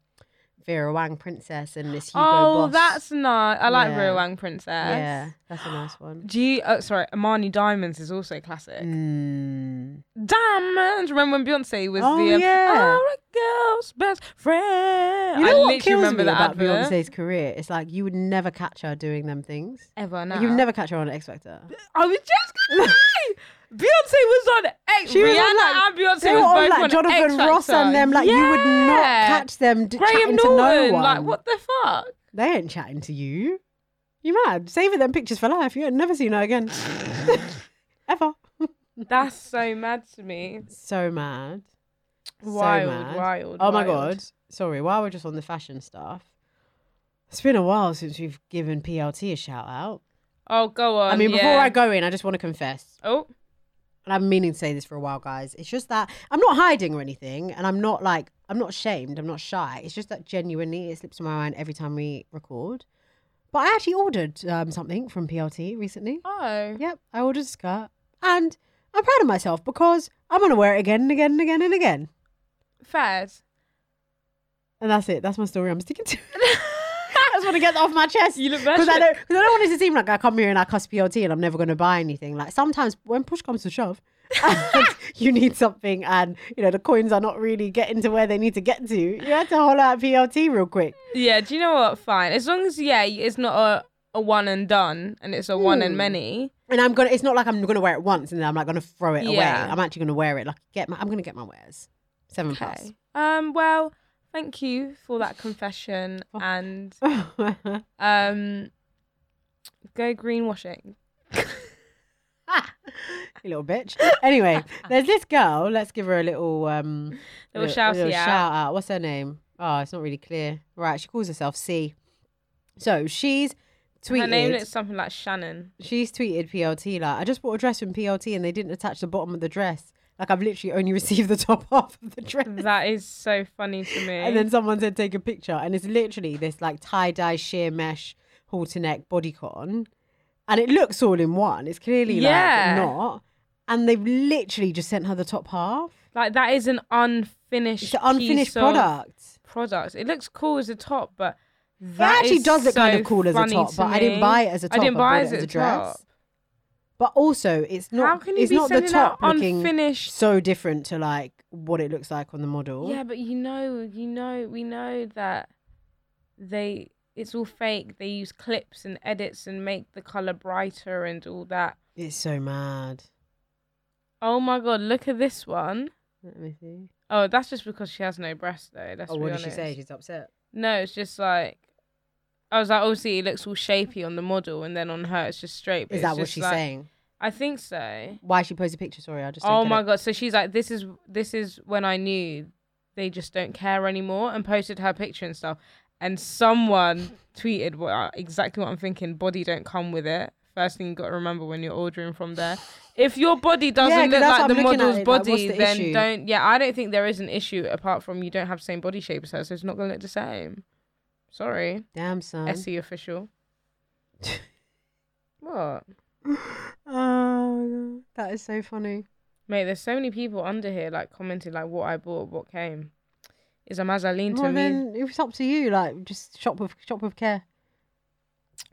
B: Vera Wang Princess and Miss Hugo
A: oh,
B: Boss.
A: that's nice. I like
B: Yeah.
A: Real Wang Princess.
B: yeah, that's a nice one.
A: G. Oh, sorry, Armani Diamonds is also classic.
B: Mm.
A: Diamonds. Remember when Beyonce was
B: Oh,
A: the um,
B: yeah.
A: "I'm a girl's best friend.
B: You know
A: I
B: what
A: literally
B: kills
A: remember
B: me
A: that
B: about
A: advert.
B: Beyonce's career? It's like you would never catch her doing them things.
A: Ever now.
B: Like, you would never catch her on X Factor.
A: I was just gonna
B: *laughs*
A: say, Beyonce was on X.
B: She
A: Rihanna
B: was on, like-
A: and Beyonce
B: They
A: was
B: were on
A: both
B: like
A: on
B: Jonathan
A: X
B: Ross
A: Factor.
B: and them. Like you would not
A: Yeah.
B: catch them d-
A: Graham
B: chatting
A: Norton.
B: to no one.
A: Like what the fuck?
B: They ain't chatting to you. You mad? Saving them pictures for life. You ain't never seen
A: *laughs*
B: her again, ever.
A: That's so mad to me.
B: So mad. So
A: Wild,
B: mad.
A: wild.
B: Oh my
A: wild.
B: god. Sorry. While we're just on the fashion stuff, it's been a while since we've given PLT a shout out.
A: Oh, go on.
B: I mean, before
A: yeah.
B: I go in, I just want to confess.
A: Oh,
B: and I've been meaning to say this for a while, guys. It's just that I'm not hiding or anything, and I'm not like I'm not shamed, I'm not shy. It's just that genuinely it slips my mind every time we record. But I actually ordered um, something from PLT recently.
A: oh.
B: Yep, I ordered a skirt, and I'm proud of myself because I'm gonna wear it again and again and again and again.
A: Fairs.
B: And that's it. That's my story. I'm sticking to. *laughs* I just want to get that off my
A: *laughs*
B: chest.
A: You look
B: Because I
A: better.
B: don't, because I don't want it to seem like I come here and I cuss PLT and I'm never going to buy anything. Like sometimes when push comes to shove, *laughs* and you need something, and you know the coins are not really getting to where they need to get to. You had to holler at PLT real quick.
A: Yeah. Do you know what? Fine. As long as yeah, it's not a a one and done, and it's a one
B: Hmm.
A: and many.
B: And I'm gonna. It's not like I'm gonna wear it once and then I'm like gonna throw it away.
A: Yeah.
B: I'm actually gonna wear it. Like get my. I'm gonna get my wares. Seven
A: Okay. Um. Well,
B: Oh. *laughs*
A: thank you for that confession and
B: plus.
A: Um, Go greenwashing.
B: you *laughs* little bitch. Anyway, there's this girl. Let's give her a little um
A: *laughs* Little shout
B: little
A: out.
B: shout out. What's her name? Oh, it's not really clear. Right, she calls herself C. So she's tweeted.
A: Her name looks something like Shannon.
B: she's tweeted PLT like I just bought a dress from PLT and they didn't attach the bottom of the dress. Like I've literally only *laughs* received the top half of the dress.
A: That is so funny to me.
B: And then someone said take a picture, and it's literally this like tie dye sheer mesh halter neck bodycon, and it looks all in one. It's clearly
A: Yeah.
B: like not, and they've literally just sent her the top half.
A: like that is an unfinished.
B: It's an unfinished
A: piece of
B: product.
A: Product. It looks cool as a top, but
B: It
A: that
B: actually
A: is
B: does look kind
A: so
B: of cool as a
A: funny
B: top,
A: to
B: but I didn't
A: me.
B: buy it as a top.
A: I didn't
B: bought
A: buy
B: it
A: it
B: as a
A: top.
B: dress. But also, it's not.
A: How can you
B: it's
A: be
B: not the
A: sending
B: top
A: out
B: looking
A: unfinished?
B: so different to like what it looks like on the model.
A: Yeah, but you know, you know, we know that they it's all fake. They use clips and edits and make the color brighter and all that.
B: It's so mad.
A: Oh my god, look at this one.
B: Let me see.
A: Oh, that's just because she has no breasts though. Let's
B: oh,
A: be
B: what did
A: honest.
B: she say? She's upset.
A: No, it's just like I was like, obviously it looks all shapy on the model, and then on her it's just straight. but
B: Is
A: it's
B: that what
A: just
B: she's
A: like-
B: saying?
A: I think so.
B: Why she posted a picture? Sorry, I just. don't
A: Oh
B: get
A: my
B: it.
A: god! So she's like, this is this is when I knew they just don't care anymore, and posted her picture and stuff. And
B: *laughs*
A: someone tweeted what I- exactly what I'm thinking. Body don't come with it. First thing you got to remember when you're ordering from there, if your body doesn't
B: 'cause
A: look
B: that's
A: like
B: what
A: the
B: I'm looking at
A: model's
B: it, like, what's
A: body,
B: the
A: then
B: issue?
A: don't. Yeah, I don't think there is an issue apart from you don't have the same body shape as her, so it's not gonna look the same. Sorry,
B: Damn son.
A: Essie
B: *laughs*
A: official. what?
B: Oh, that is so funny.
A: Mate, there's so many people under here like commenting like what I bought, what came. Is a mazzaline to
B: Well,
A: me.
B: then it's up to you. Like, just shop with shop with care.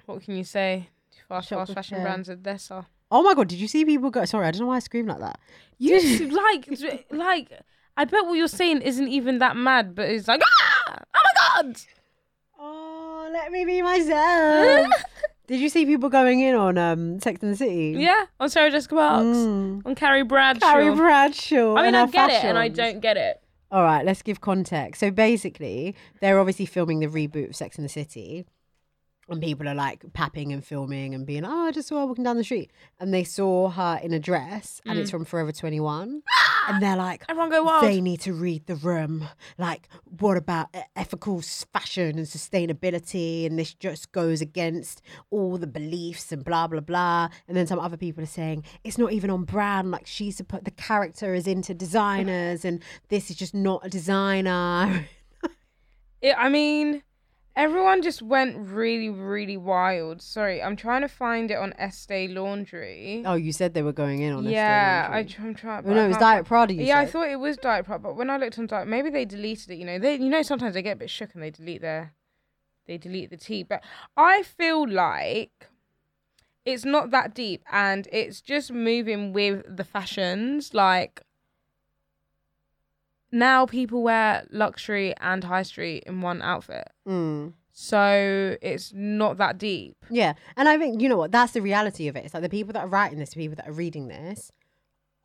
A: What can you say? Fast,
B: Shop
A: fast
B: with
A: fashion
B: care.
A: brands are
B: *laughs*
A: there, sir.
B: Oh my god, did you see people go? Sorry, I don't know why I screamed like that.
A: You s- like, d- like, I bet what you're saying isn't even that mad, but it's like, ah! oh my god!
B: *laughs* Oh, let me
A: *laughs*
B: be myself. did you see people going in on um Sex and the City?
A: Yeah, on Sarah Jessica Parks,
B: Mm.
A: on Carrie Bradshaw.
B: Carrie Bradshaw.
A: I mean,
B: and
A: I
B: our
A: get it, and I
B: fashions.
A: don't get it.
B: All right, let's give context. So basically, they're obviously filming the reboot of Sex and the City, and people are like papping and filming and being, "Oh, I just saw her walking down the street," and they saw her in a dress, and it's from Forever Twenty One, and they're like,
A: Everyone go wild.
B: They need to read the room. Like, what about e- ethical s- fashion and sustainability? And this just goes against all the beliefs and blah blah blah. And then some other people are saying it's not even on brand. Like she's suppo- the character is into designers, and this is just not a designer. *laughs*
A: it, I mean, everyone just went really, really wild. Sorry, I'm trying to find it on Estee Laundry.
B: oh, you said they were going in on
A: yeah, I, tr- I'm trying.
B: Oh,
A: but I
B: no, it's
A: can't
B: Diet
A: find-
B: Prada. You
A: Yeah, I
B: said.
A: thought it was Diet Prada, but when I looked on Diet, maybe they deleted it. You know, they you know sometimes they get a bit shook and they delete their, they delete the tea. But I feel like it's not that deep, and it's just moving with the fashions. Like now, people wear luxury and high street in one outfit,
B: Mm.
A: so it's not that deep.
B: Yeah. And I think, you know what, that's the reality of it. It's like the people that are writing this, the people that are reading this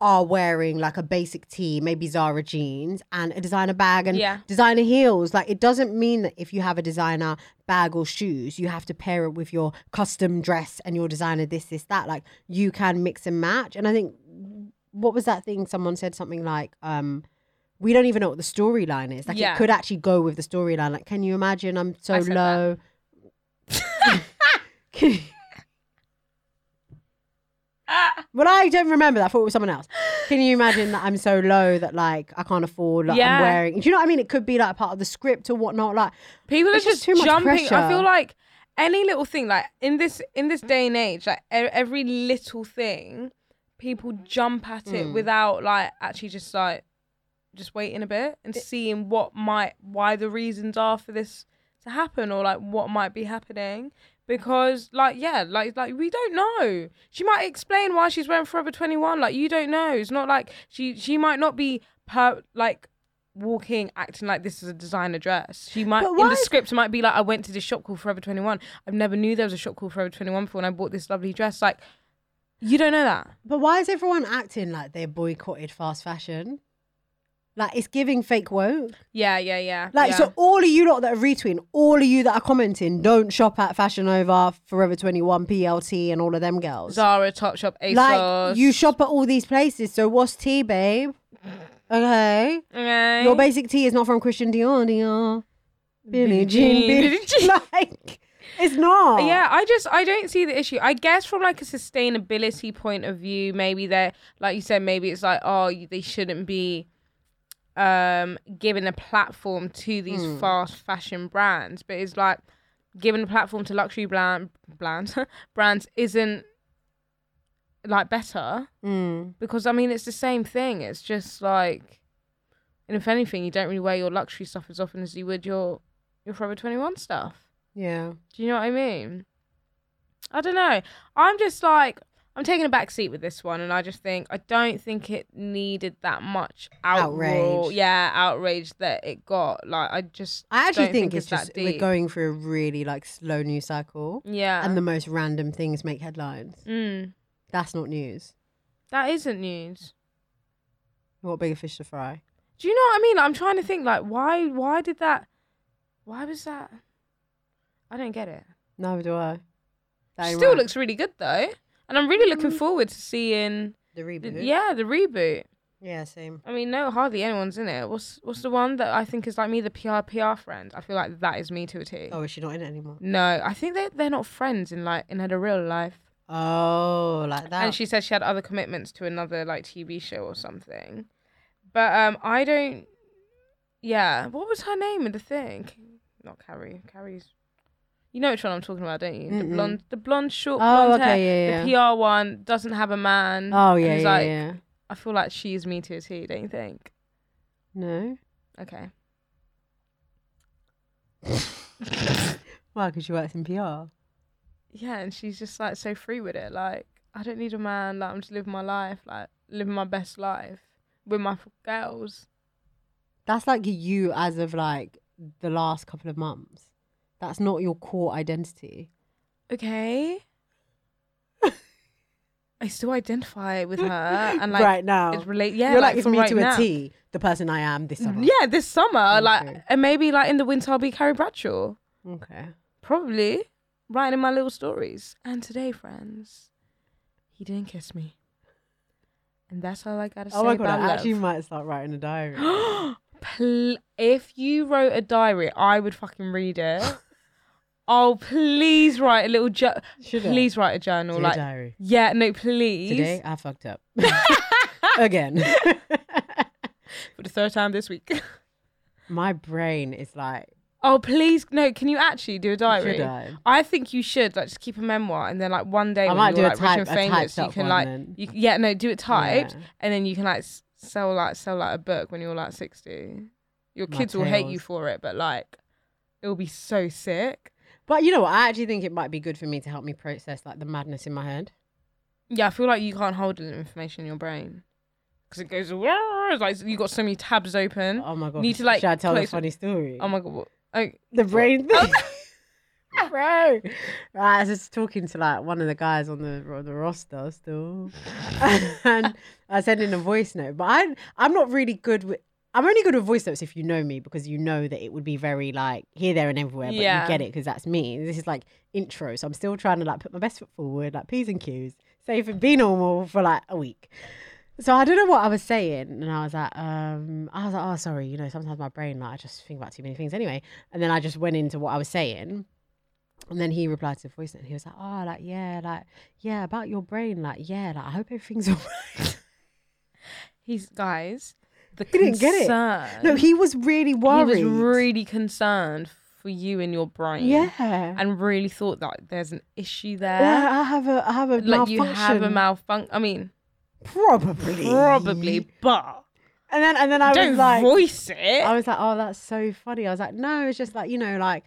B: are wearing like a basic tee, maybe Zara jeans and a designer bag and
A: Yeah.
B: designer heels. Like it doesn't mean that if you have a designer bag or shoes, you have to pair it with your custom dress and your designer this, this, that. Like you can mix and match. And I think what was that thing someone said something like, um, we don't even know what the storyline is. Like
A: Yeah.
B: it could actually go with the storyline. Like, can you imagine I'm so
A: I said that. *laughs*
B: low? Can you- well, I don't remember that. I thought it was someone else. Can you imagine that I'm so low that like I can't afford like
A: Yeah.
B: I'm wearing? Do you know what I mean? It could be like part of the script or whatnot. Like,
A: people are
B: It's
A: just,
B: just too much
A: jumping i
B: pressure.
A: feel like any little thing like in this in this day and age like e- every little thing people jump at it
B: Mm.
A: without like actually just like just waiting a bit and seeing what might why the reasons are for this to happen or like what might be happening because like yeah like like we don't know she might explain why she's wearing forever 21 like you don't know it's not like she she might not be per like walking acting like this is a designer dress she might
B: But
A: in
B: why-
A: the script it might be like i went to this shop called forever 21 i've never knew there was a shop called forever 21 before and i bought this lovely dress like you don't know that
B: but why is everyone acting like they're boycotted fast fashion? Like it's giving fake woke.
A: Yeah, yeah, yeah.
B: Like
A: yeah.
B: so, all of you lot that are retweeting, all of you that are commenting, don't shop at Fashion Nova, Forever Twenty One, PLT, and all of them girls.
A: Zara, Topshop, ASOS.
B: Like you shop at all these places. So what's tea, babe? Okay,
A: Okay.
B: your basic tea is not from Christian Dior. Dior, Billie Jean, Billie Jean. *laughs* Like it's not.
A: Yeah, I just I don't see the issue. I guess from like a sustainability point of view, maybe they're like you said, maybe it's like oh you- they shouldn't be um giving a platform to these fast fashion brands, but it's like giving a platform to luxury brand brands *laughs* brands isn't like better
B: Mm.
A: because I mean it's the same thing. It's just like, and if anything, you don't really wear your luxury stuff as often as you would your your Forever Twenty One stuff.
B: Yeah.
A: Do you know what I mean? I don't know. I'm just like I'm taking a back seat with this one, and I just think I don't think it needed that much outrage.
B: Outrage.
A: Yeah, outrage that it got. Like I just
B: I actually
A: don't
B: think, it's, just
A: that
B: we're
A: deep.
B: going through a really like slow news cycle,
A: yeah,
B: and the most random things make headlines.
A: mm,
B: That's not news.
A: that isn't news.
B: What bigger fish to fry?
A: Do you know what I mean? I'm trying to think like why why did that? Why was that? I don't get it.
B: Neither do I. That
A: She
B: ain't
A: still
B: right.
A: looks really good though, and I'm really
B: Mm.
A: looking forward to seeing.
B: the
A: The,
B: reboot.
A: yeah, the reboot.
B: yeah, same.
A: I mean, no, hardly anyone's in it. What's what's the one that I think is like me, the PR PR friend? I feel like that is me to a T.
B: Oh, is she not in it anymore?
A: No, I think they they're not friends in like in her real life.
B: Oh, like that.
A: And she said she had other commitments to another like TV show or something. But um, I don't. Yeah, what was her name in the thing? Not Carrie. Carrie's. You know which one I'm talking about, don't you? The
B: Mm-mm.
A: blonde, the blonde short.
B: Oh,
A: blonde
B: okay,
A: hair,
B: yeah,
A: The PR one doesn't have a man.
B: oh
A: and
B: yeah,
A: is
B: yeah,
A: like,
B: yeah.
A: I feel like she's me to a T. Don't you think?
B: No.
A: Okay.
B: Why? Because she works in PR.
A: yeah, and she's just like so free with it. Like, I don't need a man. Like, I'm just living my life, like living my best life with my f- girls.
B: That's like you as of like the last couple of months. That's not your core identity.
A: Okay. I still identify with her and like
B: right now,
A: it's relate. Yeah,
B: you're like, it's
A: from
B: me
A: right
B: to
A: now.
B: a T. The person I am this summer.
A: Yeah, this summer,
B: Okay.
A: like, and maybe like in the winter, I'll be Carrie Bradshaw,
B: Okay.
A: probably writing in my little stories. And today, friends, he didn't kiss me, and that's all I gotta
B: Oh
A: say
B: my god,
A: about
B: I actually
A: love.
B: might start writing
A: *gasps*
B: a diary.
A: Pl- if you wrote a diary, I would fucking read
B: *laughs*
A: it. oh, please write a little journal.
B: Should I?
A: Please write a journal.
B: Dear
A: like,
B: diary.
A: yeah, no, please.
B: Today I
A: *laughs*
B: fucked up *laughs* again. *laughs*
A: For the third time this week. *laughs*
B: my brain is like,
A: oh, please, no. Can you actually do a diary?
B: should I?
A: I think you should like just keep a memoir, and then like one day
B: I
A: when
B: might
A: you're
B: do a
A: like
B: type-
A: rich and
B: a
A: famous,
B: typed
A: you
B: up
A: can
B: one
A: like,
B: then.
A: you, yeah, no, do it typed,
B: Yeah.
A: and then you can like s- sell like sell like a book when you're like sixty. Your
B: My
A: kids will hate you
B: tales.
A: for it, but like, it will be so sick.
B: But you know what? I actually think it might be good for me to help me process like the madness in my head.
A: Yeah, I feel like you can't hold all the information in your brain because it goes "Wah," it's like you got so many tabs open.
B: Oh my god!
A: Mm-hmm. Need to, like,
B: should I tell the
A: close-
B: funny story?
A: Oh my god! what- Oh,
B: the brain
A: *laughs*
B: thing. Bro, I was just talking to like one of the guys on the on the
A: *laughs*
B: roster still, and I sent in a voice note. But I I'm not really good with. I'm only good with voice notes if you know me because you know that it would be very like here, there, and everywhere. But
A: Yeah.
B: you get it because that's me. This is like intro, so I'm still trying to like put my best foot forward, like p's and q's, safe and be normal for like a week. So I don't know what I was saying, and I was like, um, I was like, oh, sorry, you know, sometimes my brain, like, I just think about too many things anyway. And then I just went into what I was saying, and then he replied to the voice, note, and he was like, oh, like, yeah, like, yeah, about your brain, like, yeah, like, I hope everything's *laughs* all right.
A: he's guys. The
B: He didn't get it.
A: concern-
B: no, he was really
A: he
B: worried.
A: was really concerned for you and your brain.
B: yeah.
A: and uh, really thought that there's an issue there.
B: yeah, I have a, I have a
A: like you have a
B: malfunction.
A: malfunction. I mean,
B: probably,
A: probably, but
B: And then, and then I
A: don't
B: was like,
A: voice it. *laughs*
B: I was like, oh, that's so funny. I was like, no, it's just like, you know, like,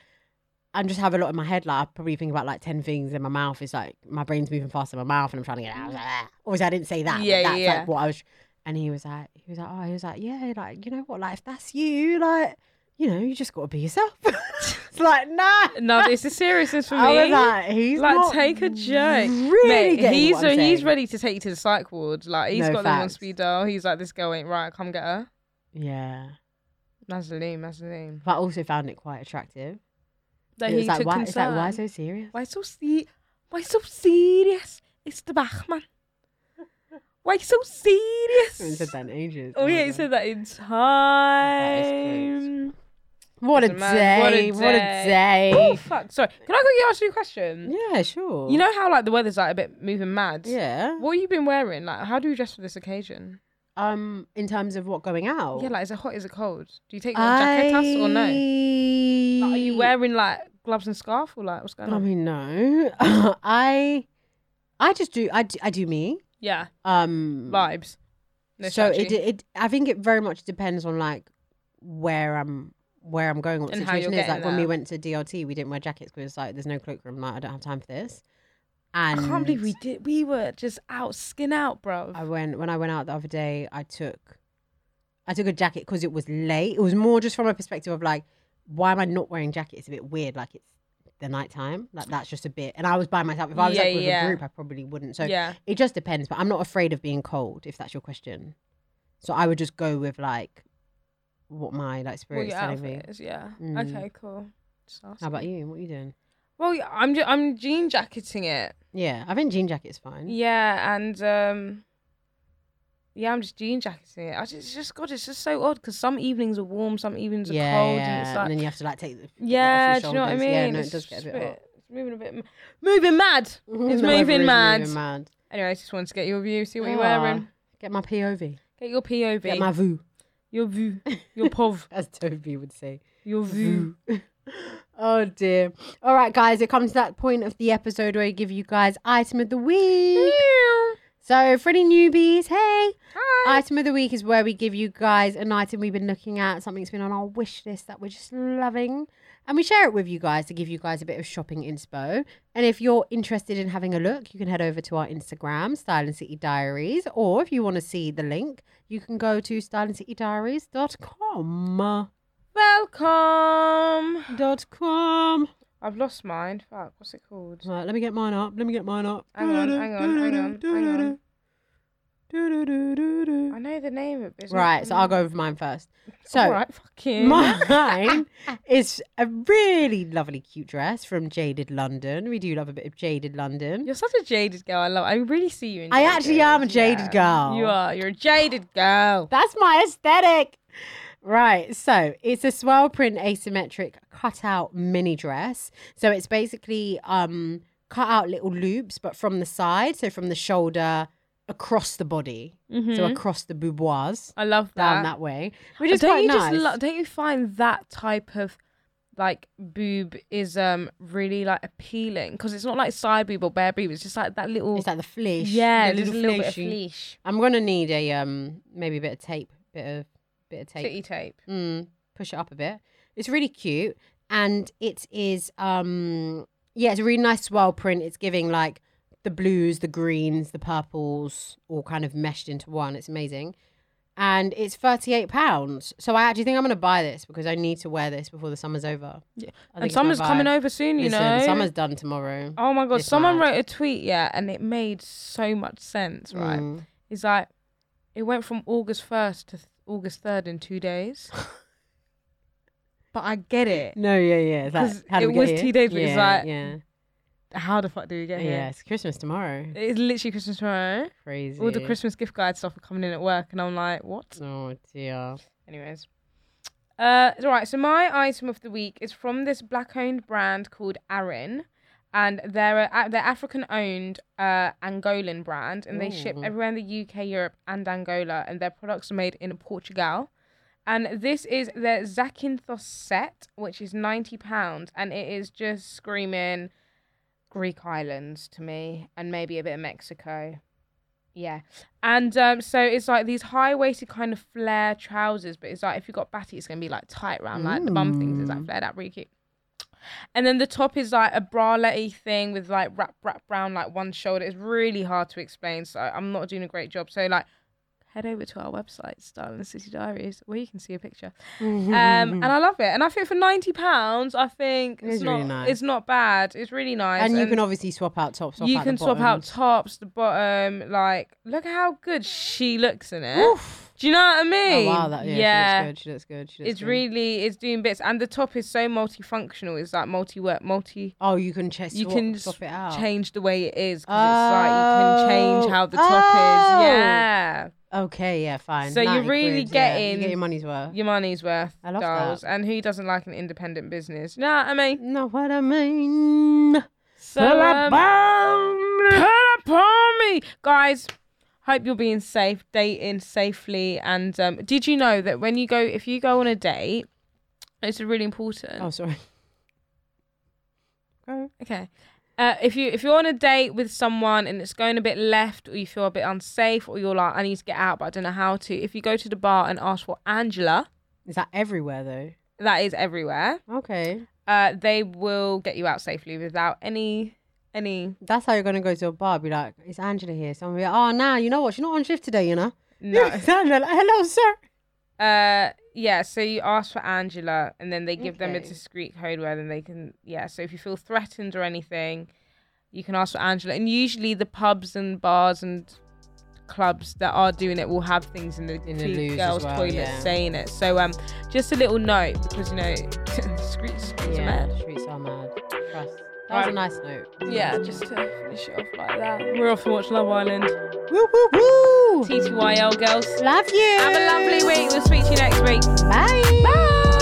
B: I'm just have a lot in my head. Like, I probably think about like 10 things in my mouth. It's like, my brain's moving faster than my mouth and I'm trying to get it out. Ah. Obviously, I didn't say that. but
A: Yeah, yeah,
B: that's
A: yeah.
B: like what I was. And he was like, he was like, oh, he was like, yeah, like, you know what? Like, if that's you, like, you know, you just got to be yourself. *laughs* it's like, nah.
A: no, this is seriousness for me.
B: *laughs* I was like, he's
A: like
B: not
A: take a joke.
B: Really
A: Mate,
B: getting
A: he's
B: what I'm
A: he's
B: saying.
A: ready to take you to the psych ward. Like he's
B: No,
A: got them on
B: facts.
A: speed dial. He's like, this girl ain't right. Come get her.
B: Yeah.
A: Mazalim, Mazalim.
B: But I also found it quite attractive.
A: That
B: it was
A: he
B: like,
A: took
B: why, it's
A: concern.
B: like, why so serious? *laughs*
A: Why so se- Why so serious? It's the Bachman. Why so serious?
B: I haven't said that in ages.
A: Oh yeah,
B: my
A: he
B: God.
A: said that in time.
B: What a
A: Doesn't matter. What a
B: day. What a
A: Oh
B: day.
A: fuck! Sorry, can I quickly ask you a question?
B: Yeah, sure.
A: You know how like the weather's like a bit moving mad.
B: Yeah.
A: What have you been wearing? Like, how do you dress for this occasion?
B: Um, in terms of what going out.
A: Yeah, like is it hot? Is it cold? Do you take your jacket off or no? Like, are
B: Mm.
A: you wearing like gloves and scarf or like what's going
B: I
A: on?
B: mean, no. *laughs* I, I just do. I do, I do me.
A: Yeah,
B: Um,
A: vibes. No
B: so it,
A: strategy.
B: it I think it very much depends on like where I'm where I'm going, what the
A: And how you're
B: situation is. Like
A: getting
B: when we
A: there.
B: went to DLT, we didn't wear jackets because it's like there's no cloakroom. Like I don't have time for this.
A: I
B: And
A: can't believe we did. We were just out skin out, bro.
B: I went when I went out the other day. I took I took a jacket because it was late. It was more just from a perspective of like, why am I not wearing jacket? It's a bit weird. Like it's the nighttime. Like that's just a bit. And I was by myself. If I was
A: Yeah,
B: like with
A: yeah.
B: a group, I probably wouldn't. So
A: yeah,
B: it just depends, but I'm not afraid of being cold, if that's your question. So I would just go with like what my like
A: well,
B: spirit is
A: your
B: telling me.
A: outfit is. Yeah.
B: Mm.
A: Okay, cool. Just
B: How about
A: asking.
B: you? What are you doing?
A: Well, yeah, I'm ju- I'm jean jacketing it.
B: Yeah, I think jean jacket's fine.
A: Yeah, and um, yeah, I'm just jean jacketing it. I just, it's just God, it's just so odd because some evenings are warm, some evenings are
B: yeah,
A: cold,
B: yeah.
A: and *laughs* it's like
B: then you have to like *laughs* take the take that off your
A: yeah, do you know what I
B: shoulders.
A: mean?
B: Yeah, no, it
A: It's
B: does get a
A: just
B: bit hot.
A: It's moving a bit, m- moving
B: *laughs*
A: mad. It's
B: The weather
A: moving
B: is
A: mad.
B: Moving mad.
A: Anyway, I just wanted to get your view, see what you're
B: Ah,
A: wearing.
B: Get my POV.
A: Get your POV,
B: Get my VU,
A: your
B: *laughs*
A: view, your POV,
B: as Toby would say.
A: your view.
B: *laughs* oh dear. All right, guys, it comes to that point of the episode where I give you guys item of the week.
A: Meow.
B: So for any newbies, hey,
A: Hi.
B: Item of the week is where we give you guys an item we've been looking at, something that's been on our wish list that we're just loving. And we share it with you guys to give you guys a bit of shopping inspo. And if you're interested in having a look, you can head over to our Instagram, Style and City Diaries. Or if you want to see the link, you can go to styleandcitydiaries.com.
A: Welcome.
B: Dot com.
A: I've lost mine. Fuck, what's it called?
B: Right, let me get mine up. Let me get mine up.
A: Hang on, hang on, hang on, hang on.
B: Do-do-do-do-do.
A: I know the name of it.
B: Right, so I'll go with mine first. So,
A: All right, fucking.
B: Mine *laughs* is a really lovely, cute dress from Jaded London. We do love a bit of Jaded
A: *laughs*
B: London.
A: You're such a jaded girl. I love. I really see you in.
B: I actually am a jaded girl.
A: You are. You're a jaded girl.
B: That's my aesthetic. Right, so it's a swirl print asymmetric cutout mini dress. So it's basically um cut out little loops, but from the side, so from the shoulder across the body, so across the bouboirs
A: I love Mm-hmm. that.
B: down that way, which is
A: don't
B: quite
A: you
B: nice.
A: just lo- don't you find that type of like boob is um really like appealing because it's not like side boob or bare boob. It's just like that little.
B: it's like the fleece,
A: yeah,
B: the
A: just a little bit of
B: fleshy-
A: leash.
B: I'm gonna need a um maybe a bit of tape, bit of bit of tape.
A: Titty tape.
B: Mm, push it up a bit. It's really cute, and it is um yeah, it's a really nice swirl print. It's giving like the blues, the greens, the purples, all kind of meshed into one. It's amazing, and it's thirty eight pounds. So I actually think I'm gonna buy this because I need to wear this before the summer's over.
A: Yeah.
B: I think
A: and
B: it's my
A: summer's coming
B: vibe.
A: over soon. You
B: Listen,
A: know.
B: summer's done tomorrow.
A: Oh my god!
B: It's
A: Someone
B: mad.
A: wrote a tweet, yeah, and it made so much sense, right?
B: Mm.
A: It's like it went from August first to th- August third in two
B: *laughs*
A: days. but I get it.
B: No, yeah, yeah. Is that-
A: 'Cause
B: how do
A: it
B: we get
A: was
B: here?
A: two days, but it's
B: Yeah,
A: like-
B: yeah,
A: How the fuck do we get here?
B: yeah. It's Christmas tomorrow.
A: It's literally Christmas tomorrow.
B: Crazy.
A: All the Christmas gift guide stuff are coming in at work, and I'm like, what?
B: Oh dear.
A: Anyways. Uh, it's all right, so my item of the week is from this black owned brand called Arin. And they're, a, they're African owned uh, Angolan brand, and they ship
B: Ooh.
A: everywhere in the UK, Europe, and Angola. And their products are made in Portugal. And this is their Zakynthos set, which is £90. And it is just screaming Greek islands to me, and maybe a bit of Mexico. Yeah. And um, so it's like these high waisted kind of flare trousers, but it's like if you got batty, it's gonna be like tight round like the bum things. It's
B: Mm.
A: like flared out, really cute. And then the top is like a bralette thing with like wrap wrap round like one shoulder. It's really hard to explain, so I'm not doing a great job. So like, head over to our website, Style and the City Diaries, where you can see a picture.
B: *laughs*
A: Um, and I love it. And I think for ninety pounds, I think
B: It
A: it's
B: is
A: not
B: really nice.
A: it's not bad. It's really nice.
B: And you can obviously swap out tops. Swap
A: you
B: out
A: can
B: the
A: swap out
B: bottoms.
A: tops, the bottom. Like, look at how good she looks in it.
B: Oof.
A: Do you know what I mean?
B: Oh, wow, that yeah,
A: yeah.
B: She looks good. She looks good. She looks
A: It's
B: good.
A: really it's doing bits, and the top is so multifunctional. It's like multi-work, multi.
B: Oh, you can chest.
A: You can
B: swap
A: s-
B: it out.
A: change the way it is 'cause it's like you can
B: Oh.
A: change how the top
B: Oh.
A: is. Yeah,
B: Okay, yeah, fine.
A: So you're
B: 90
A: really
B: quid, yeah. You
A: getting-
B: get your money's worth.
A: your money's worth.
B: I love that.
A: dolls. And who doesn't like an independent business? You know what I mean?
B: Know what I mean? ah!
A: So, um, pull upon me, guys. Hope you're being safe, dating safely. And um, did you know that when you go, if you go on a date, it's really important.
B: Oh, sorry. Oh,
A: Okay. Uh, if you if you're on a date with someone and it's going a bit left, or you feel a bit unsafe, or you're like, I need to get out but I don't know how to. If you go to the bar and ask for Angela,
B: Is that everywhere though?
A: that is everywhere.
B: Okay.
A: Uh, they will get you out safely without any any.
B: That's how you're gonna go to a bar. Be like, it's Angela here. Someone be like, oh, nah, you know what? She's not on shift today, you know. *laughs*
A: No.
B: It's Angela, like, hello, sir.
A: Uh, yeah. So you ask for Angela, and then they give them a
B: Okay.
A: discreet code where then they can. Yeah. So if you feel threatened or anything, you can ask for Angela. And usually the pubs and bars and clubs that are doing it will have things in the,
B: In the
A: two
B: loos as
A: girls'
B: well,
A: toilet
B: yeah.
A: saying it. So um, just a little note because you know, *laughs* discreet yeah.
B: Yeah, streets are mad. Trust. That was a
A: Right.
B: nice note.
A: Yeah, just to finish it off like that. We're off to watch Love Island.
B: Woo, woo, woo.
A: TTYL girls.
B: Love you.
A: Have a lovely week. We'll speak to you next week.
B: Bye.
A: Bye.